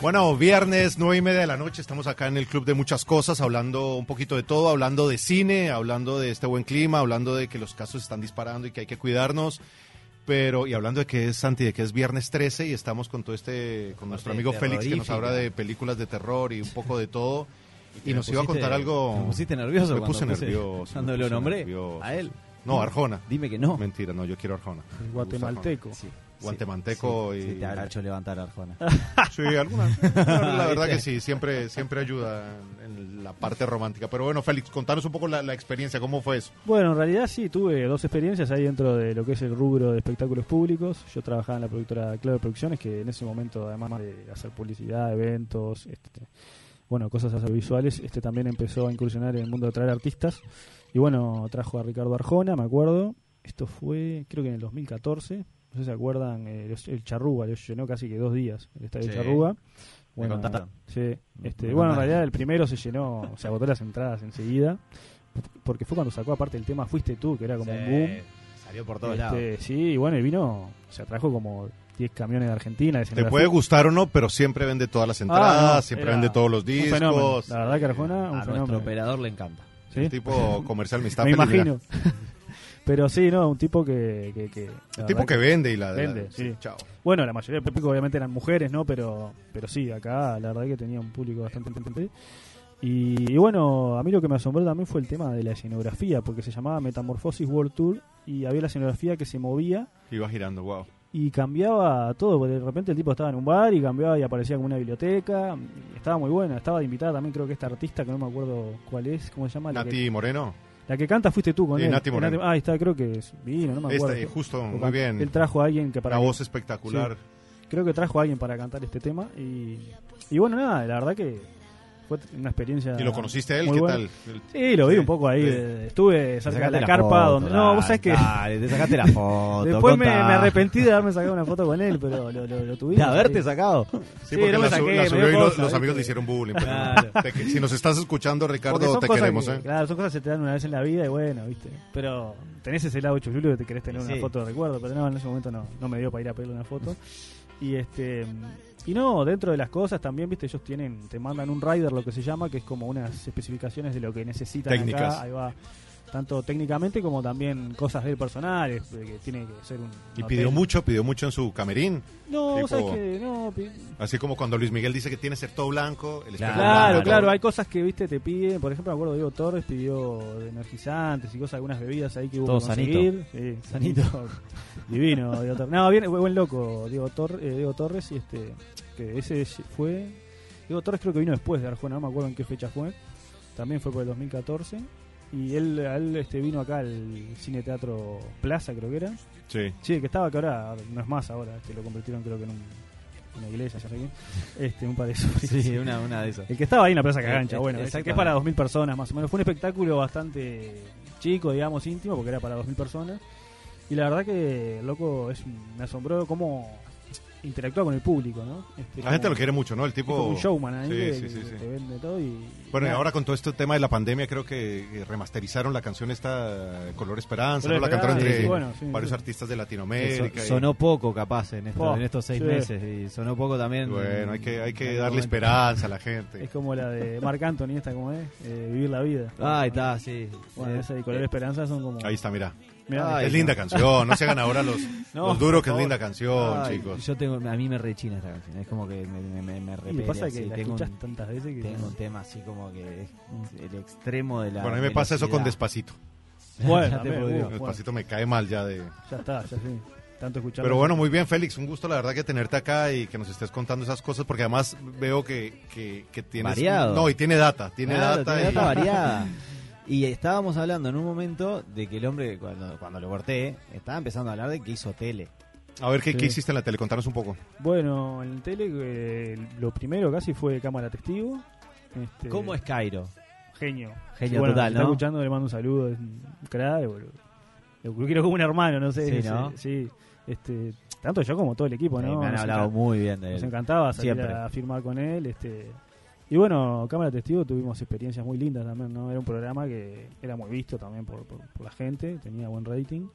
Bueno, viernes, nueve y media de la noche, estamos acá en el Club de Muchas Cosas, hablando un poquito de todo, hablando de cine, hablando de este buen clima, hablando de que los casos están disparando y que hay que cuidarnos, pero, y hablando de que es Santi, de que es viernes 13 y estamos con todo este, con nuestro parte amigo Félix que nos terrorífica. habla de películas de terror y un poco de todo, y, Me nos iba a pusiste- contar algo... Me pusiste nervioso. Me cuando puse puse- nervioso. Cuando me lo puse nombré nervioso. a él. No, Arjona. Dime que no. Mentira, no, yo quiero Arjona. Me gusta Guatemalteco. Arjona. Guatemalteco Sí, y... te habrá hecho levantar Arjona. Sí, alguna. La verdad ¿Viste? que sí, siempre, siempre ayuda en la parte romántica. Pero bueno, Félix, contanos un poco la, la experiencia, ¿cómo fue eso? Bueno, en realidad sí, tuve dos experiencias ahí dentro de lo que es el rubro de espectáculos públicos. Yo trabajaba en la productora Clave Producciones, que en ese momento, además de hacer publicidad, eventos, este, bueno, cosas audiovisuales, este también empezó a incursionar en el mundo de traer artistas. Y bueno, trajo a Ricardo Arjona, me acuerdo. Esto fue, creo que en el 2014. No sé si se acuerdan, eh, el, el Charrúa lo llenó casi que dos días, el estadio Sí. Charrúa. Me contaron. sí, este, Me bueno, contaron. en realidad el primero se llenó, se agotó las entradas enseguida porque fue cuando sacó aparte el tema Fuiste tú, que era como un boom. Salió por todos Este, lados. sí, y bueno, y vino, o sea, trajo como 10 camiones de Argentina. de Te escenografía. puede gustar o no, pero siempre vende todas las entradas, Ah, no, siempre era vende todos los un fenómeno. discos. La verdad que Arjona, ah, un A nuestro fenómeno. operador le encanta. ¿Sí? El tipo comercial me está Me feliz, mira. imagino. Pero sí, no, un tipo que. que- que- la El tipo verdad que vende y la la- Vende, sí. Chao. Bueno, la mayoría del público obviamente eran mujeres, ¿no? Pero, pero sí, acá la verdad que tenía un público bastante importante. Y, y bueno, a mí lo que me asombró también fue el tema de la escenografía, porque se llamaba Metamorfosis World Tour y había la escenografía que se movía Iba girando, wow. y cambiaba todo, porque de repente el tipo estaba en un bar y cambiaba y aparecía como una biblioteca. Estaba muy buena, estaba de invitada también creo que esta artista, que no me acuerdo cuál es, ¿cómo se llama? La, que, Nati Moreno. la que canta fuiste tú con Sí, él. Nati Moreno. Ah, ahí está, creo que es- vino, no me acuerdo. Esta, eh, justo, Porque muy bien. Él trajo a alguien que para... Una que- voz espectacular. creo que trajo a alguien para cantar este tema y, y bueno nada la verdad que fue una experiencia ¿Y lo conociste a él? muy ¿Qué buena. tal? El- sí lo vi Sí, un poco ahí sí. eh, estuve Te cerca de sacaste la carpa foto, donde no vos dale, sabés que dale, te sacaste la foto. después me, me contá. arrepentí de haberme sacado una foto con él pero lo, lo, lo tuvimos De haberte ahí. sacado. Sí, Sí, porque no la, me su- saqué, la me subió dio y lo- cosa, los ¿viste? amigos le hicieron bullying. pero- Claro. Te que- si nos estás escuchando, Porque Ricardo, son te cosas queremos. que, ¿eh? Claro, son cosas que se te dan una vez en la vida y bueno, viste. Pero tenés ese lado chululo que te querés tener Sí. una foto de recuerdo, pero no, en ese momento no, no me dio para ir a pedirle una foto. Y este y no, dentro de las cosas también, viste, ellos tienen, te mandan un rider, lo que se llama, que es como unas especificaciones de lo que necesitan acá. Técnicas. ahí va. Tanto técnicamente como también cosas del personal, es- que tiene que ser un... Y un pidió hotel. mucho, pidió mucho en su camerín. No, tipo- ¿sabes qué? No, pi- Así como cuando Luis Miguel dice que tiene ser todo blanco. El espejo Claro, blanco. claro, hay cosas que viste te piden, por ejemplo, me acuerdo Diego Torres pidió energizantes y cosas, algunas bebidas ahí que hubo Todo que sanito. conseguir. Sí, sanito. Divino, Diego Torres. No, bien, buen loco, Diego, Tor- eh, Diego Torres, y este, que ese fue. Diego Torres creo que vino después de Arjona, no me acuerdo en qué fecha fue. También fue por el 2014. Y él, a él este, vino acá al Cine Teatro Plaza, creo que era. Sí. Sí, que estaba que ahora no es más ahora, este, lo convirtieron creo que en un- una iglesia, ya sé qué. Este, un par de Sí, una, una de esas. el que estaba ahí en la Plaza Cagancha, Eh, bueno, es, que exactamente. es para 2.000 personas más o menos. Fue un espectáculo bastante chico, digamos, íntimo, porque era para 2.000 personas. Y la verdad que, loco, es, un- me asombró cómo interactúa con el público, ¿no? Este, La como- gente lo quiere mucho, ¿no? El es como tipo. un showman ahí Sí, que, sí, sí, que sí. te vende todo y... Bueno, y nada. ahora con todo este tema de la pandemia, creo que eh, remasterizaron la canción esta eh, Color Esperanza. ¿no? Color La Esperanza, cantaron entre sí, bueno, sí, varios sí. artistas de Que so- Latinoamérica. y- sonó poco, capaz, en, esto- Oh, en estos seis sí. meses. Y sonó poco también. Bueno, hay que, hay que Ahí darle lo esperanza a la Es gente. como la de Marc Anthony, esta como es, eh, Vivir la Vida. Ah, ahí está, sí. Bueno, Eh, esa y Color Esperanza son como... Ahí está, mira. Mirá, Ay, es no. linda canción. No se hagan ahora los, No, los duros que por es favor. linda canción, Ay, chicos. Yo tengo, a mí me rechina esta canción. Es como que me, me, me, me y repele, pasa que así, la tengo, escuchas un, tantas veces que... tengo un tema así como que es el extremo de la. Mm. Bueno, a mí me pasa eso con velocidad. Despacito. Bueno, Ya te también, jodió. uh, bueno, Despacito me cae mal ya de... ya está, ya sí. Tanto escucharlo. Pero bueno, muy bien, Félix. Un gusto, la verdad, que tenerte acá y que nos estés contando esas cosas, porque además veo que, que, que tienes... Variado. No, y tiene data. Tiene Claro, data. tiene y- data variada. Y estábamos hablando en un momento de que el hombre, cuando, cuando lo corté, estaba empezando a hablar de que hizo tele. A ver, ¿qué, qué Sí. hiciste en la tele? Contanos un poco. Bueno, en el tele eh, lo primero casi fue cámara testigo. Este, ¿Cómo es Cairo? Genio. Genio Bueno, total, si está ¿no? escuchando, le mando un saludo. Es un crack, boludo. Lo lo quiero como un hermano, no sé. Sí, sé, ¿no? sí. Este, tanto yo como todo el equipo, Sí, ¿no? Eh, me han Nos hablado encan- muy bien de Nos él. encantaba salir Siempre. a firmar con él. Este. Y bueno, Cámara Testigo tuvimos experiencias muy lindas también, ¿no? Era un programa que era muy visto también por, por- por la gente, tenía buen rating.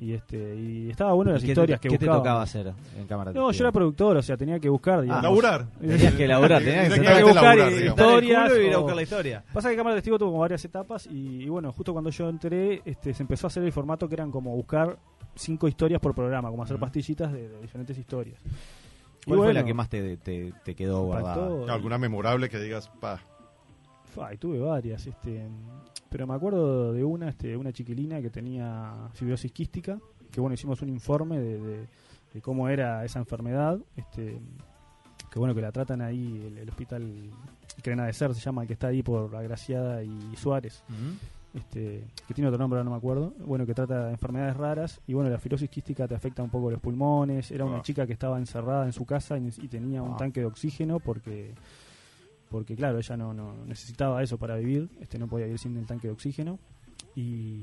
Y este y estaba bueno ¿Y las qué te- historias que ¿Qué te buscaba. tocaba hacer en cámara? No, yo Testigo? era productor, o sea, tenía que buscar, digamos. Laburar. Tenías que laburar, tenías que Tenía sentar- que buscar laburar, digamos. todo- Estar historias en el culo y ir a o- buscar la historia. Pasa que Cámara de Testigo tuvo como varias etapas y, y bueno, justo cuando yo entré, este, se empezó a hacer el formato que eran como buscar cinco historias por programa, como hacer Ujú. pastillitas de, de diferentes historias. Y ¿Cuál fue bueno, la que más te, te, te quedó guardada? impactó? Alguna memorable que digas, pa, Fa, y tuve varias, este, pero me acuerdo de una, este, una chiquilina que tenía fibrosis quística, que bueno, hicimos un informe de, de- de cómo era esa enfermedad, este, que bueno, que la tratan ahí el, el hospital Crena de Ser, se llama, que está ahí por Agraciada y Suárez. este, que tiene otro nombre, ahora no me acuerdo, bueno, que trata de enfermedades raras y bueno, la fibrosis quística te afecta un poco los pulmones, era una Ah. chica que estaba encerrada en su casa y, ne- y tenía un Ah. tanque de oxígeno porque, porque claro, ella no, no necesitaba eso para vivir, este no podía vivir sin el tanque de oxígeno y...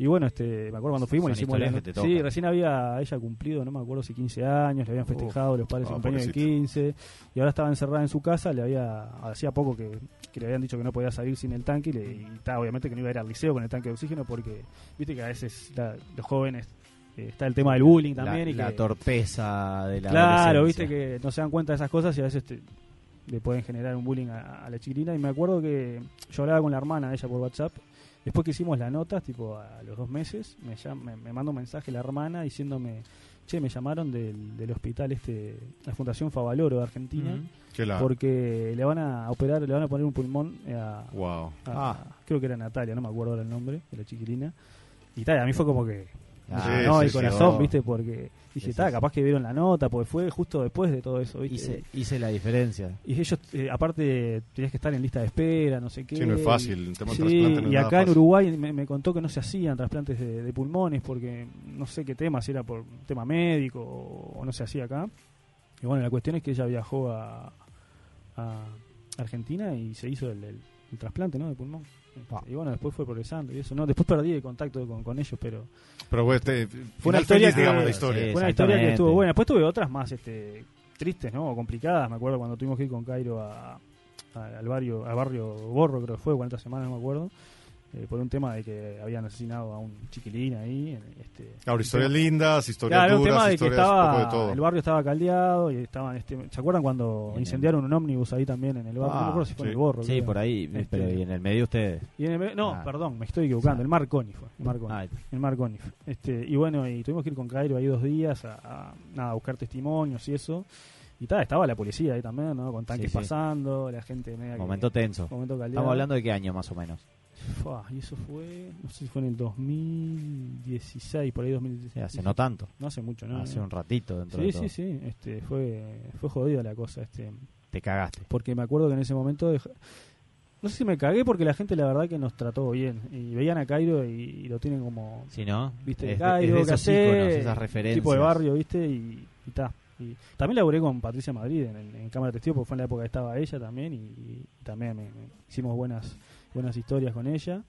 Y bueno, este, me acuerdo cuando fuimos, Son le hicimos historias la- que te Sí, tocan. recién había ella cumplido, no me acuerdo si 15 años, le habían festejado los padres Ah, su cumpleaños de pobrecita. 15 y ahora estaba encerrada en su casa, le había hacía poco que, que le habían dicho que no podía salir sin el tanque y, le- y ta, obviamente que no iba a ir al liceo con el tanque de oxígeno porque viste que a veces la- los jóvenes eh, está el tema del bullying también. la, y la que- torpeza de la Claro, adolescencia. viste que no se dan cuenta de esas cosas y a veces te- le pueden generar un bullying a, a la chiquilina. Y me acuerdo que yo hablaba con la hermana de ella por WhatsApp. Después que hicimos la nota, tipo a los dos meses, me, llam- me, me manda un mensaje la hermana diciéndome, che, me llamaron del, del hospital este, la Fundación Favaloro de Argentina, Ujú. Que la... porque le van a operar, le van a poner un pulmón a, Wow. a- creo que era Natalia, no me acuerdo ahora el nombre de la chiquilina. Y tal, a mí fue como que Ah, Sí, Ah, no, sí, el sí, corazón, no. ¿viste? Porque dije, Sí, está, sí, capaz que vieron la nota, porque fue justo después de todo eso, ¿viste? Hice, hice la diferencia. Y ellos, eh, aparte, tenías que estar en lista de espera, no sé qué. Sí, no es fácil. El tema Sí, del trasplante no es y nada acá en fácil. Uruguay me, me contó que no se hacían trasplantes de, de pulmones porque no sé qué tema, si era por un tema médico o, o no se hacía acá. Y bueno, la cuestión es que ella viajó a, a Argentina y se hizo el, el- el trasplante, ¿no? De pulmón. Ah. Y bueno, después fue progresando y eso, ¿no? Después perdí el contacto con, con ellos, pero... Pero bueno, este, Fue final una historia feliz, que- digamos, la historia. Sí. Fue una historia que Exactamente. estuvo buena. Después tuve otras más este, tristes, ¿no? O complicadas. Me acuerdo cuando tuvimos que ir con Cairo a- a- al, barrio, al barrio Borro, creo que fue, 40 semanas, no me acuerdo. eh, por un tema de que habían asesinado a un chiquilín ahí. en- Este, Claro, historias lindas, historias Claro, era un duras, tema de que historias un poco de estaba, todo. el barrio estaba caldeado y estaban, este, ¿se acuerdan cuando En el- incendiaron un ómnibus ahí también en el barrio? Ah, no me acuerdo si fue en sí. el Borro. Sí, creo. por ahí. Este- Pero y en el medio ustedes. Y en el- no, Ah. perdón, me estoy equivocando, el Marconi fue, el Marconi. Ah, El Mar Conif. Este, y bueno, y tuvimos que ir con Cairo ahí dos días a, a- nada, a buscar testimonios y eso. Y tal, estaba la policía ahí también, ¿no? Con tanques Sí, sí. pasando, la gente media que- momento tenso. momento caldeado. Estamos hablando de qué año más o menos. Fua, y eso fue, no sé si fue en el 2016, por ahí 2016. Sí, hace no tanto. No hace mucho, ¿no? hace un ratito dentro Sí, de todo. sí, sí, este, fue, fue jodida la cosa, este, Te cagaste. porque me acuerdo que en ese momento dej- no sé si me cagué porque la gente la verdad que nos trató bien y veían a Cairo y, y lo tienen como Si no, viste es, de- Cairo, es de esos Cacé, íconos, esas referencias. tipo de barrio viste y, y ta. Y también laburé con Patricia Madrid en, en- en Cámara de Testigos porque fue en la época que estaba ella también y, y también me- me- hicimos buenas buenas historias con ella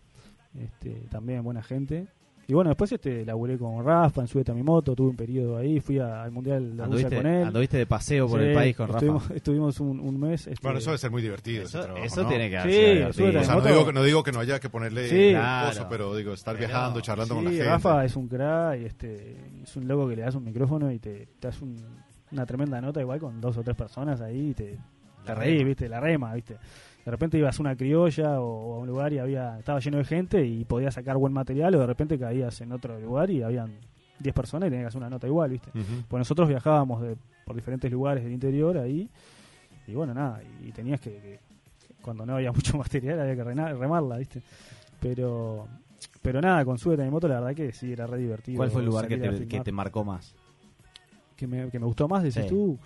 este, también buena gente y bueno después este laburé con Rafa en Súbete a mi moto tuve un periodo ahí fui a- al mundial de Rusia Anduviste, con él anduviste de paseo por el Sí, país con estuvimos, Rafa. estuvimos un, un mes este, Bueno, eso debe ser muy divertido. ese Eso, trabajo, eso ¿no? tiene que Sí, haber sido divertido. súbete a O la sea, no moto. digo, no digo que no haya que ponerle Sí. coso, Claro. pero digo, estar Pero- viajando, charlando Sí, con la gente. Rafa es un crack y este, es un loco que le das un micrófono y te, te das un- una tremenda nota igual con dos o tres personas ahí y te, te La reís, rema. viste, la rema, viste. De repente ibas a una criolla o, o a un lugar y había estaba lleno de gente y podías sacar buen material o de repente caías en otro lugar y habían 10 personas y tenías que hacer una nota igual, viste. Ujú. Pues nosotros viajábamos de- por diferentes lugares del interior ahí y bueno, nada, y tenías que, que- cuando no había mucho material había que rena- remarla, ¿viste? Pero pero nada, con Súbete a mi moto la verdad que sí, era re divertido. ¿Cuál fue el lugar que salir a te, que filmar. te marcó más? Que me, que me gustó más? Decís Sí. tú,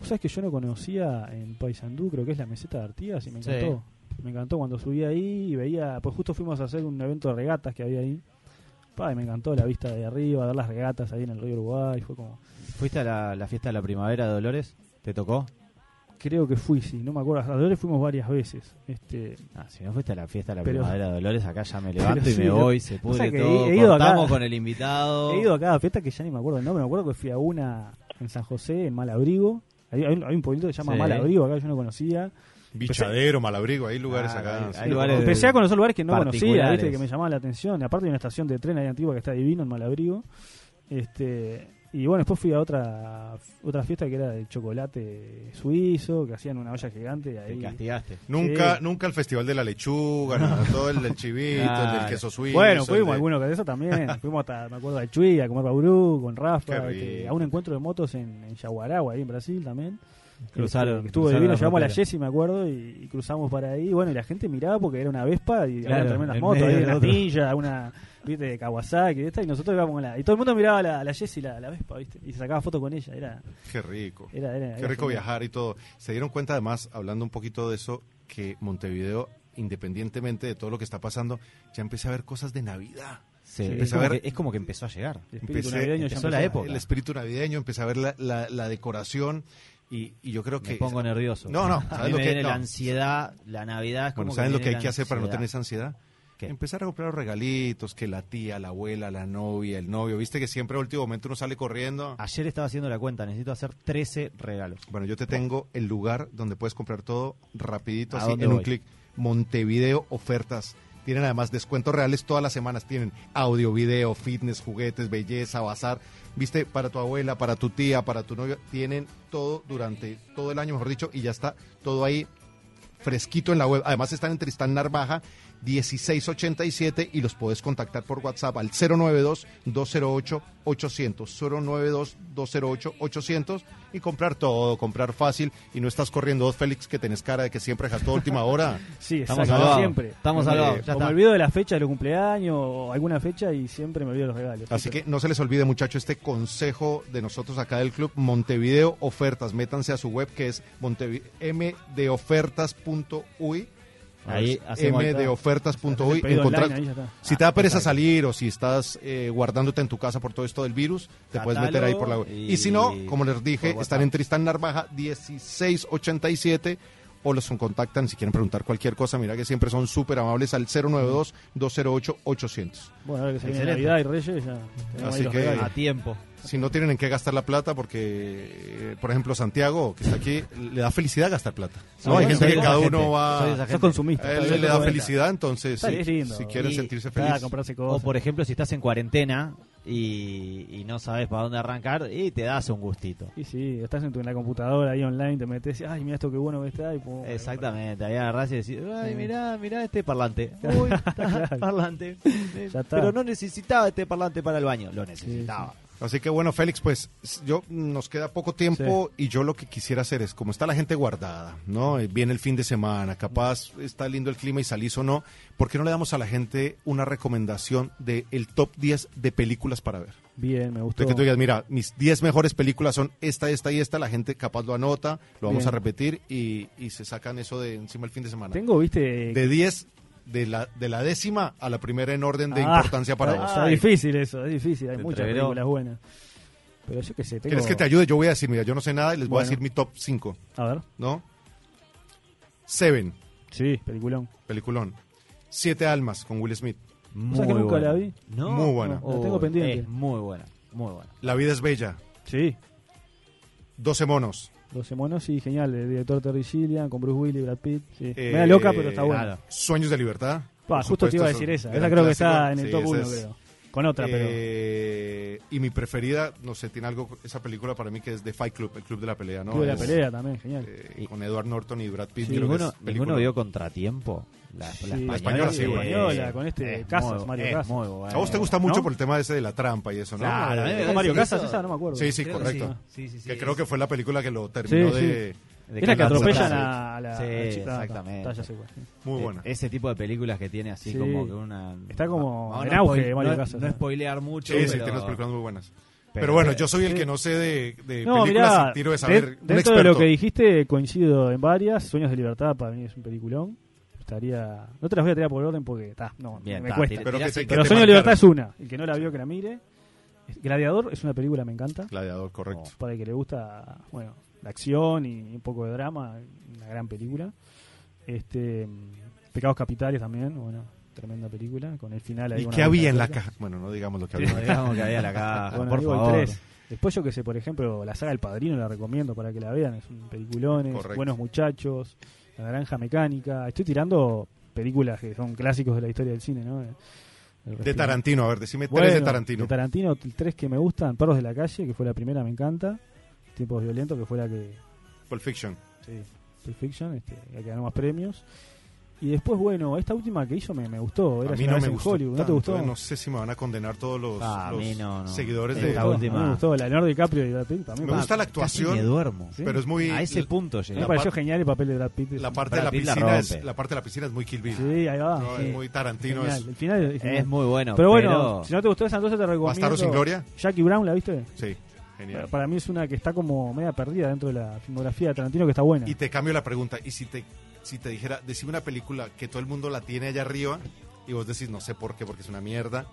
¿Vos sabés que yo no conocía en Paysandú, creo que es la meseta de Artigas y me Sí. encantó? Me encantó cuando subí ahí y veía, pues justo fuimos a hacer un evento de regatas que había ahí. Pa, y me encantó la vista de arriba, ver las regatas ahí en el río Uruguay, fue como... ¿Fuiste a la, la fiesta de la primavera de Dolores? ¿Te tocó? Creo que fui, sí, no me acuerdo. A Dolores fuimos varias veces. Este, Ah, si no fuiste a la fiesta de la Pero- primavera de Dolores, acá ya me levanto pero y sí, me lo- voy, se pasa pudre que todo. he ido acá- Cortamos con el invitado. he ido a cada fiesta que ya ni me acuerdo el nombre. Me acuerdo que fui a una en San José, en Malabrigo. Hay, hay un, hay un pueblito que se llama Sí. Malabrigo, acá yo no conocía. Bichadero, Malabrigo, hay lugares Ah, acá. hay- sí. hay lugares Empecé a conocer lugares que no conocía, particulares. ¿viste? que me llamaban la atención. Y aparte hay una estación de tren ahí antigua que está divino en Malabrigo. Este, y bueno, después fui a otra otra fiesta que era de chocolate suizo, que hacían una olla gigante. Te Ahí. castigaste. Nunca, Sí. nunca el festival de la lechuga, no, todo el del chivito, el del Claro. queso suizo. Bueno, el fuimos de- algunos que eso también. fuimos hasta, me acuerdo, al Chuy, a comer baburú, con Qué Rafa, este, rico. a un encuentro de motos en, en Yaguaraguá, ahí en Brasil también. Cruzaron- Este, que estuvo cruzaron divino, la llevamos a la frontera. Jessie, me acuerdo, y, y cruzamos para ahí. Bueno, y la gente miraba porque era una Vespa y Claro, había tremendas en motos, medio ahí del una otro. Ninja, una, viste, de Kawasaki, de esta, y nosotros íbamos con la. Y todo el mundo miraba la, la Jessie, la, la Vespa, viste, y se sacaba fotos con ella. Era, Qué rico. era, era. Qué era rico genial. viajar y todo. Se dieron cuenta, además, hablando un poquito de eso, que Montevideo, independientemente de todo lo que está pasando, ya empecé a ver cosas de Navidad. Sí, Sí. es, A como ver- que, es como que empezó a llegar. El espíritu Empecé- navideño ya empezó la época. El espíritu navideño, empecé a ver la, la- la decoración y, y yo creo que... Me pongo nervioso. No, no, ¿sabes A mí lo me que- viene no. la ansiedad, la Navidad. es Bueno, como ¿saben me lo que hay viene que la hacer para no ansiedad. tener esa ansiedad? ¿Qué? Empezar a comprar los regalitos, que la tía, la abuela, la novia, el novio. Viste que siempre a último momento uno sale corriendo. Ayer estaba haciendo la cuenta, necesito hacer 13 regalos. Bueno, yo te tengo el lugar donde puedes comprar todo rapidito, ¿A así, dónde en un voy? clic. Montevideo Ofertas. Tienen además descuentos reales todas las semanas. Tienen audio, video, fitness, juguetes, belleza, bazar. Viste, para tu abuela, para tu tía, para tu novio. Tienen todo durante todo el año, mejor dicho, y ya está todo ahí fresquito en la web. Además están en Tristán Narvaja 1687 y los podés contactar por WhatsApp al 092 208 800 092 208 800 y comprar todo, comprar fácil y no estás corriendo vos, Félix, que tenés cara de que siempre dejas todo a última hora. Sí, Estamos exacto, salvados. siempre. Estamos Me- salvados, o ya me está. olvido de la fecha de los cumpleaños o alguna fecha y siempre me olvido de los regalos. Así que no se les olvide, muchacho, este consejo de nosotros acá del club Montevideo Ofertas. Métanse a su web que es montevi- mdeofertas.uy. Ahí Es hacemos el- mdeofertas.uy. Pedido online, Encontrar- ahí ya está. Si te da pereza salir o si estás eh, guardándote en tu casa por todo esto del virus, te puedes meter ahí por la web. Y, y- si no, como les dije, por están WhatsApp. en Tristán Narvaja 1687 o los contactan si quieren preguntar cualquier cosa. Mira que siempre son súper amables al 092-208-800. Bueno, ahora que se viene Excelente. Navidad y Reyes, ya. tenemos ahí Así los que- regalos. Ah, A tiempo. Si no tienen en qué gastar la plata, porque, eh, por ejemplo, Santiago, que está aquí, le da felicidad gastar plata. ¿no? Hay bueno, gente soy que de esa cada gente, uno soy de esa va... gente. Sos consumista. a él Está le bien, da está bien. felicidad, entonces, Está bien, si, es lindo. si quieren Y- sentirse está, feliz. comprarse O cosas. por ejemplo, si estás en cuarentena y, y no sabes para dónde arrancar y te das un gustito. Y sí, estás en, tu, en la computadora ahí online, te metes y, ay, mira esto qué bueno que está. Y, pum, Exactamente, ahí agarrás y decís, ay, mirá, mirá este parlante. Claro. Uy, está, parlante. Eh, Ya está. Pero no necesitaba este parlante para el baño, lo necesitaba. Así que bueno, Félix, pues s- yo nos queda poco tiempo y yo lo que quisiera hacer es, como está la gente guardada, ¿no? Eh, Viene el fin de semana, capaz está lindo el clima y salís o no, ¿por qué no le damos a la gente una recomendación del el top 10 de películas para ver? Bien, me gustó. De que tú digas, mira, mis 10 mejores películas son esta, esta y esta, la gente capaz lo anota, lo vamos Bien. a repetir y, y se sacan eso de encima el fin de semana. Tengo, viste. De 10, de la, de la décima a la primera en orden de Ah, importancia para está, vos. Está difícil eso, es difícil. Hay Te muchas entreveró. películas buenas. Pero yo qué sé, tengo. ¿Quieres que te ayude? Yo voy a decir, mira, yo no sé nada y les voy a Bueno. decir mi top 5, A ver, ¿no? Seven, sí, peliculón. peliculón. Siete almas con Will Smith. Muy que nunca la vi? No. Muy buena. La tengo Uy, pendiente. Es muy buena, muy buena. La vida es bella. Sí, 12 monos. 12 monos, sí, genial. El director Terry Gilliam con Bruce Willis, Brad Pitt. Sí. Eh, Me da loca, pero está buena. Claro. Sueños de libertad. Pa, Por justo te iba a supuesto, decir es esa. un Esa gran creo que clásico. está en el Sí, top esa 1, es- creo. Con otra, pero. Eh, y mi preferida, no sé, tiene algo, esa película para mí que es The Fight Club, el club de la pelea, ¿no? Club de la Es, pelea también, genial. eh, Y- con Edward Norton y Brad Pitt. Sí, creo que ¿Ninguno, es película. ninguno vio Contratiempo? La, la Sí, española, española, sí, eh, es- española, con este es Casas, muy- Mario es Casas. muy buena. A vos te gusta mucho ¿No? por el tema ese de la trampa y eso, ¿no? Claro, Eh, a mí ¿Con me- Mario es- Casas eso- esa? No me acuerdo. Sí, sí, Creo que correcto. Sí, sí, sí, Que creo que fue la película que lo terminó Sí, sí. de... de Es la que Carlos atropellan Sainz. a, a la Sí, a la chica. exactamente. Está, ya sé cuál. Muy Eh, E- buena. Ese tipo de películas que tiene así Sí. como que una. Está como No, en no auge spoil- Mario no- Casas, No ¿no? spoilear mucho. Sí, sí, pero- tiene unas películas muy buenas. Pero, pero- bueno, yo soy el que no sé de, de No, películas mirá, y tiro de de- saber. un dentro experto. de lo que dijiste coincido en varias. Sueños de Libertad para mí es un peliculón. Estaría... No te las voy a tirar por orden porque ta, no, Bien, me ta, cuesta. tira- Pero que tirás te- el- Pero te Sueños de Libertad marcaron. es una. El que no la vio, que la mire. Gladiador es una película, me encanta. Gladiador, correcto. Para el que le gusta, bueno, la acción y un poco de drama. Una gran película. Este... Pecados Capitales también, bueno, tremenda película. Con el final ahí. ¿Y una qué había en la vuelta de caja? Bueno, no digamos lo que No había en la caja. digamos que había la caja, Bueno, por digo el favor. tres. Después yo que sé, por ejemplo, la saga El Padrino la recomiendo para que la vean, es un peliculón, Correcto. buenos muchachos, La Naranja Mecánica, estoy tirando películas que son clásicos de la historia del cine, ¿no? El De Resplandor. Tarantino, a ver, decime Bueno, tres de Tarantino. De Tarantino, t- tres que me gustan, Perros de la calle, que fue la primera, me encanta, Tiempos violentos, que fue la que Pulp Fiction. sí, Pulp Fiction, este, la que ganó más premios. Y después, bueno, esta última que hizo me, me gustó, era A mí una no vez me en gustó. Hollywood, ¿no te tanto, gustó? eh, No sé si me van a condenar todos los, Ah, a los mí no, no. seguidores Me de. Esta gustó, última. Me gustó, Leonardo DiCaprio y Brad Pitt también. Me gusta la actuación, Casi me duermo. Sí. Pero es muy. A ese punto Me la llegamos. pareció par- genial el papel de Brad Pitt. La parte de la Brad Pitt la piscina es. rompe. La parte de la piscina es muy Kill Bill. sí, ahí va. No, sí. Es muy Tarantino. Genial, Es, El final es, genial. Es muy bueno. Pero bueno, si no te gustó esa, entonces te recomiendo. Bastardo sin Gloria. Jackie Brown, ¿la viste? Sí, genial. Para mí es una que está como media perdida dentro de la filmografía de Tarantino, que está buena. Y te cambio la pregunta. Y si te, si te dijera, decime una película que todo el mundo la tiene allá arriba y vos decís, no sé por qué, porque es una mierda.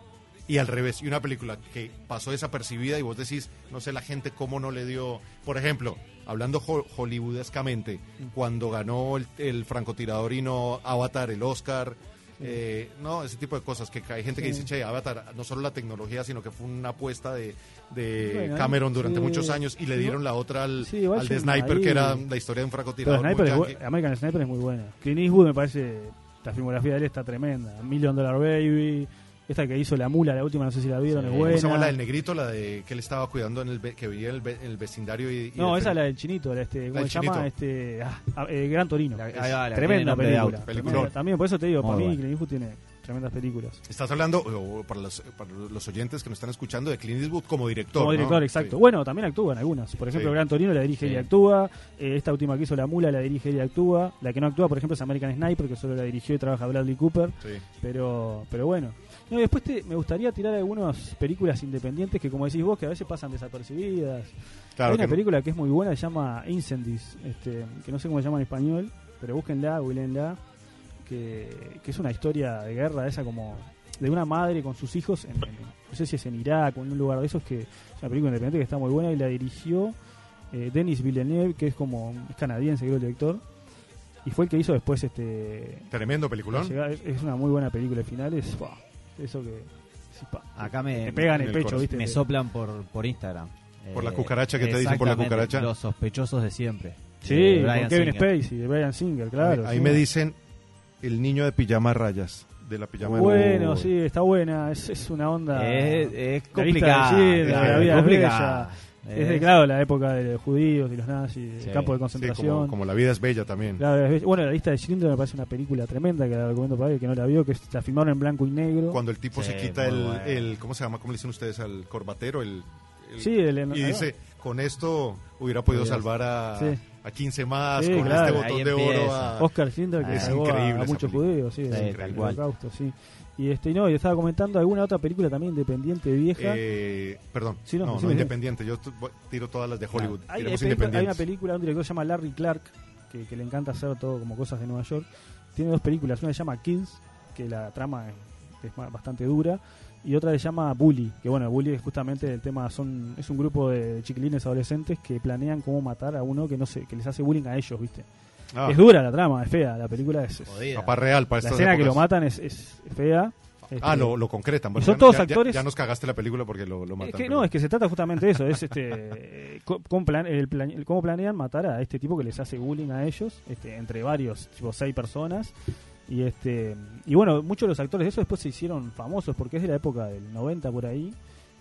Y al revés, y una película que pasó desapercibida y vos decís, no sé la gente cómo no le dio. Por ejemplo, hablando ho- hollywoodescamente, Mm. cuando ganó el, el francotirador y no Avatar, el Oscar. eh, no, ese tipo de cosas que hay gente que dice, che, Avatar, no solo la tecnología, sino que fue una apuesta de, de Bueno, Cameron durante sí. muchos años y le dieron la otra al, Sí, igual al yo- de Sniper, ahí- que era la historia de un Pues, Pero francotirador. Sniper muy es bu- yankee. American Sniper es muy buena. Clint Eastwood me parece la filmografía de él está tremenda. Million Dollar Baby, esta que hizo La Mula, la última, no sé si la vieron, Sí. es ¿Cómo ¿Cómo buena. se llama la del negrito, la de que él estaba cuidando en el ve- que vivía en el, ve- en el vecindario? Y, y No, de- esa es la del chinito, la este, ¿cómo del se llama? Chinito. Este, ah, ah, eh, Gran Torino. La- ahí Es va, la tiene tremenda nombre de película. auto. Peliculón. Tremenda. También por eso te digo, Muy para mí buena. Clint Eastwood tiene tremendas películas. Estás hablando, o para los, para los oyentes que nos están escuchando, de Clint Eastwood como director. Como ¿no? director, exacto. Sí. Bueno, también actúa en algunas. Por ejemplo, Sí. Gran Torino la dirige Sí. y actúa. Eh, esta última que hizo La Mula la dirige y actúa. La que no actúa, por ejemplo, es American Sniper, que solo la dirigió y trabaja Bradley Cooper. Sí. Pero, pero bueno. No, y después te- me gustaría tirar algunas películas independientes que, como decís vos, que a veces pasan desapercibidas. Claro Hay una que- película que es muy buena, se llama Incendies, este, que no sé cómo se llama en español, pero búsquenla, googleenla, que, que es una historia de guerra, esa como de una madre con sus hijos, en, en- no sé si es en Irak o en un lugar de esos, que es una película independiente que está muy buena y la dirigió eh, Denis Villeneuve, que es como es canadiense, creo, el director, y fue el que hizo después este... Tremendo peliculón. Llegada- Es, es una muy buena película, el final es... ¡fua! eso que... sí, pa, Acá me, te pega en el el pecho, corazón. ¿viste? me soplan por, por Instagram. Por Eh, la cucaracha que te dicen por la exactamente, cucaracha. Los sospechosos de siempre. Sí, Eh, con Bryan Kevin Singer. Spacey, de Brian Singer, claro. ahí sí. me dicen el niño de pijama a rayas. De la pijama Bueno, Uy. sí, está buena. Es, es una onda. Es, es La vista complicada. de Schindler, la es vida es complicada. Es de, Es- claro, la época de los judíos y los nazis, el Sí. campo de Sí, como- concentración. como, la vida es bella también. Claro, es- bueno, la lista de Schindler me parece una película tremenda que la recomiendo para alguien que no la vio, que es- la filmaron en blanco y negro. Cuando el tipo Sí, se quita muy el, bueno. el- ¿Cómo se llama? ¿Cómo le dicen ustedes al corbatero? El, el- Sí, el- y dice, con esto hubiera podido Hubiera- salvar a, sí. a 15 más, Sí, con claro. este Ahí botón de oro. empieza. A, Oscar Schindler que Es salvó a- increíble a, esa muchos película. judíos, sí, Sí, del- tal del cual. holocausto, sí. Y este, no, y estaba comentando alguna otra película también independiente vieja. eh, perdón, Sí, no, no, no, sí, sí. independiente. Yo t- voy- tiro todas Ah, las de Hollywood. Hay, Tiremos hay película- hay una independientes. película de un director que se llama Larry Clark, que, que le encanta hacer todo como cosas de Nueva York. Tiene dos películas, una se llama Kids, que la trama es, es ma- bastante dura, y otra se llama Bully, que bueno, Bully es justamente el tema, son es un grupo de chiquilines adolescentes que planean cómo matar a uno que no se, que les hace bullying a ellos, ¿viste? Ah, Es dura la trama, es fea, la película es... es- Jodida. papá real para la estas escena que lo épocas. matan es, es fea. Ah, Este, lo, lo concretan. Y son ya- todos ya- ya- actores- Ya, nos cagaste la película porque lo, lo matan. Es que, pero- no, es que se trata justamente de eso, es este eh, co- cómo, plan- el plan- el cómo planean matar a este tipo que les hace bullying a ellos, este, entre varios, tipo seis personas. Y este y bueno, muchos de los actores de eso después se hicieron famosos porque es de la época del 90 por ahí.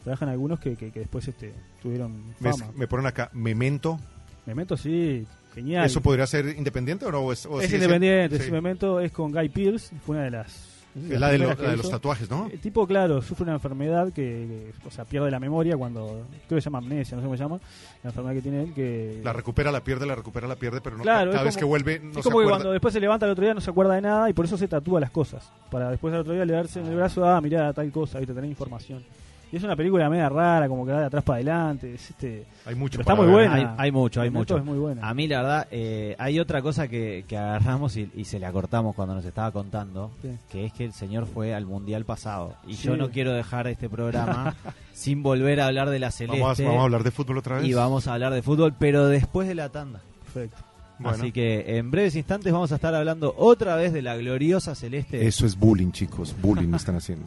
Trabajan algunos que, que- que después este tuvieron me, fama. me ponen acá, Memento. Memento sí, genial. ¿Eso podría ser independiente o no? O es, o es sí, independiente, sí. sí, Memento es con Guy Pierce, fue una de las no sé si Es la de, lo- primeras que la de los hizo. tatuajes, ¿no? El tipo, claro, sufre una enfermedad que, que, o sea, pierde la memoria cuando, creo que se llama amnesia, no sé cómo se llama, la enfermedad que tiene él, que... La recupera, la pierde, la recupera, la pierde, pero no, Claro, cada es vez como- que vuelve es no se como que acuerda. cuando después se levanta el otro día no se acuerda de nada y por eso se tatúa las cosas, para después al otro día le darse en el brazo, ah, mirá, tal cosa, viste, tener información. Y es una película media rara, como que va de atrás para adelante, es este... Hay mucho Pero está para muy ver. buena. Hay, hay mucho, hay Memento mucho. Ah. Es muy buena. A mí, la verdad, eh, hay otra cosa que, que agarramos y, y se la cortamos cuando nos estaba contando, Sí. que es que el señor fue al mundial pasado. Y Sí. yo no quiero dejar este programa sin volver a hablar de la celeste. Vamos a, vamos a hablar de fútbol otra vez. y vamos a hablar de fútbol, pero después de la tanda. Perfecto. Bueno. Así que en breves instantes vamos a estar hablando otra vez de la gloriosa celeste. Eso es bullying, chicos. Bullying me están haciendo.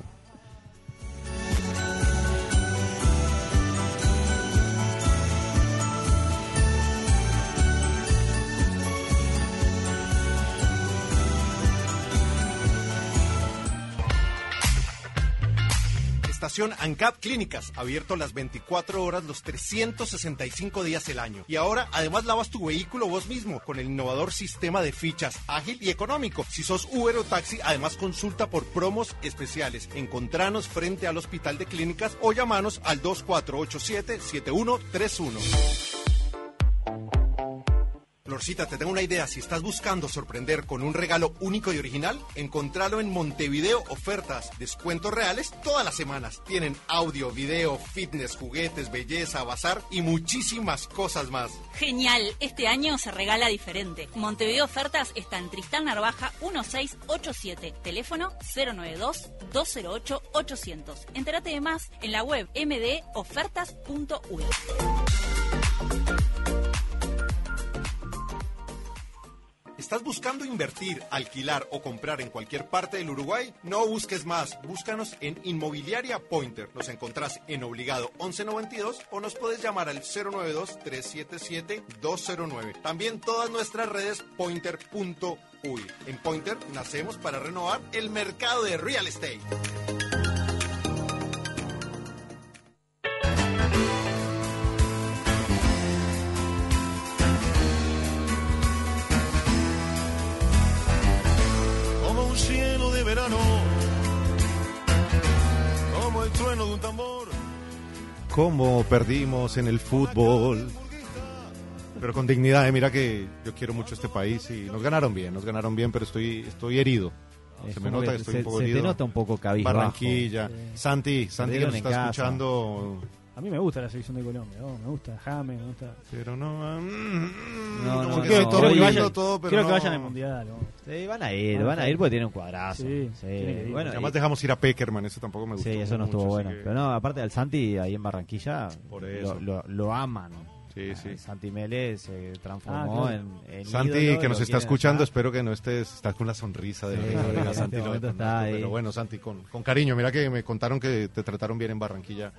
Estación ANCAP Clínicas, abierto las 24 horas los 365 días el año. Y ahora, además, lavas tu vehículo vos mismo con el innovador sistema de fichas, ágil y económico. Si sos Uber o taxi, además consulta por promos especiales. Encontranos frente al Hospital de Clínicas o llamanos al 2487-7131. Florcita, te tengo una idea. Si estás buscando sorprender con un regalo único y original, encontralo en Montevideo Ofertas. Descuentos reales todas las semanas. Tienen audio, video, fitness, juguetes, belleza, bazar y muchísimas cosas más. Genial, este año se regala diferente. Montevideo Ofertas está en Tristán Narvaja 1687, teléfono 092-208-800. Entérate de más en la web mdofertas.uy. ¿Estás buscando invertir, alquilar o comprar en cualquier parte del Uruguay? No busques más. Búscanos en Inmobiliaria Pointer. Nos encontrás en Obligado 1192 o nos puedes llamar al 092-377-209. También todas nuestras redes pointer.uy. En Pointer nacemos para renovar el mercado de real estate. como un cielo de verano, como el trueno de un tambor. ¿Cómo perdimos en el fútbol? Pero con dignidad, eh, mira que yo quiero mucho este país y nos ganaron bien, nos ganaron bien, pero estoy, estoy herido. Es Se me como nota que que estoy se- un poco se te herido. nota un poco cabizbajo. Barranquilla. Santi, Santi que Perdieron nos en está casa. escuchando. A mí me gusta la selección de Colombia, oh, me gusta James, me gusta. Pero no. No, No, no, como que todo no. Quiero que brillando, vayan- todo, pero Quiero que no. vayan al mundial. oh. Sí, van a ir, van a ir porque tienen un cuadrazo. Sí, Sí, tiene que ir. bueno, Además y- dejamos ir a Peckerman, eso tampoco me gustó. sí, eso no mucho, estuvo así bueno. que- Pero no, aparte del Santi ahí en Barranquilla, Por lo- eso. Lo, lo aman. Sí, Ah, sí. Santi Mele se transformó Ah, claro. en, en Santi, ídolo, que lo nos quieren está escuchando, acá. espero que no estés, estás con la sonrisa de Sí, oreja a oreja, en este Santi, no, momento no, está ahí. Pero bueno, Santi, con, con cariño, mira que me contaron que te trataron bien en Barranquilla.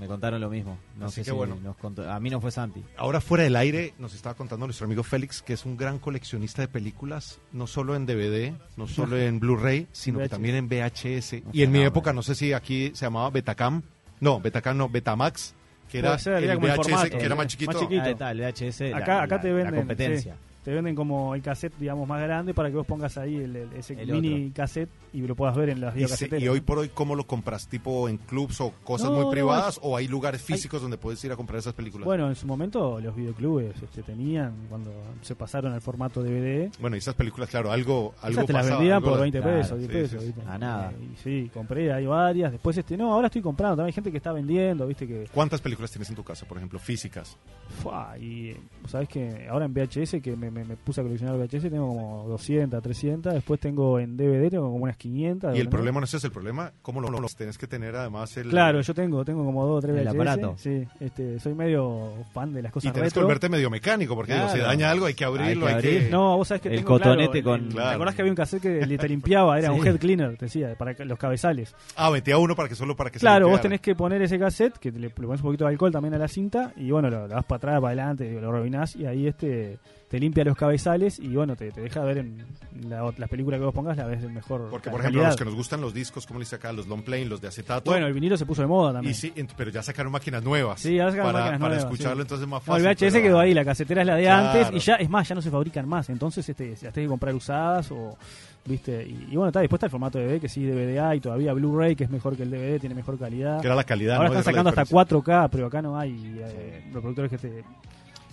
Me contaron lo mismo. No Así sé que si bueno. nos contó- a mí no fue Santi. Ahora fuera del aire nos estaba contando nuestro amigo Félix que es un gran coleccionista de películas, no solo en DVD, no solo en Blu-ray, sino que VHS. también en VHS. Un Y en mi fenómeno. época, no sé si aquí se llamaba Betacam, no, Betacam no, Betamax, que era Puede ser, era el como el VHS, formato, que era más eh, chiquito. más chiquito. Ahí Ah, está, el VHS. la- Acá, acá la- te venden. La competencia. sí. te venden como el cassette, digamos, más grande para que vos pongas ahí el, el- ese El mini cassette y lo puedas ver en Y, las se- videocaseteras. y hoy por hoy, ¿cómo lo compras? ¿Tipo en clubs o cosas No, muy no, privadas? ¿O hay lugares físicos donde puedes ir a comprar esas películas? Bueno, Bueno, en su momento los videoclubes este, tenían, cuando se pasaron al formato DVD, y esas películas, claro, algo, algo esas te las pasaba, vendían algo por la- 20 claro, pesos, 10 sí, pesos. sí, sí. ¿viste? A nada. Eh, y sí, compré, hay varias. Después, este, no, ahora estoy comprando. También hay gente que está vendiendo, viste que. ¿Cuántas películas tienes en tu casa, por ejemplo, físicas? Fua, y eh, sabes que ahora en VHS, que me, me- me puse a coleccionar VHS, tengo como 200, 300. Después tengo en DVD, tengo como unas 500. Y el ¿no? problema no es ese, el problema, ¿cómo lo, lo- tenés que tener además el... Claro, yo tengo, tengo como dos o tres El VHS. aparato. Sí, este, soy medio fan de las Y cosas tenés que retro. volverte medio mecánico, porque digo, si Claro. daña algo hay que abrirlo, hay Hay que... que abrir. No, vos sabés que El tengo, cotonete claro, el- con- ¿Te Claro. acordás que había un cassette que le- te limpiaba? Era un Sí. head cleaner, te decía, para que- los cabezales. Ah, metía uno para que solo para que Claro, se vos tenés que poner ese cassette, que te le, le pones un poquito de alcohol también a la cinta, y bueno, lo, lo das para atrás, para adelante, lo rebobinás, y ahí este te limpia los cabezales, y bueno, te, te deja ver en la, ot- las películas que vos pongas, la ves en mejor Porque, ca- por ejemplo, a los calidad. que nos gustan los discos, como le dice acá, los long plane, los de acetato... Bueno, el vinilo se puso de moda también. y sí, ent- pero ya sacaron máquinas nuevas. Sí, ahora sacaron para, máquinas para nuevas, escucharlo, sí. entonces es más No, el fácil. VHS pero- quedó ahí, la casetera es la de Claro. antes y ya, es más, ya no se fabrican más, entonces este, las tenés que comprar usadas o, viste, y, y bueno, está, después está el formato DVD, que sí, DVD y todavía Blu-ray, que es mejor que el DVD, tiene mejor calidad. Que era la calidad, Ahora ¿no? están Era la sacando hasta diferencia. 4K, pero acá no hay eh, reproductores que te...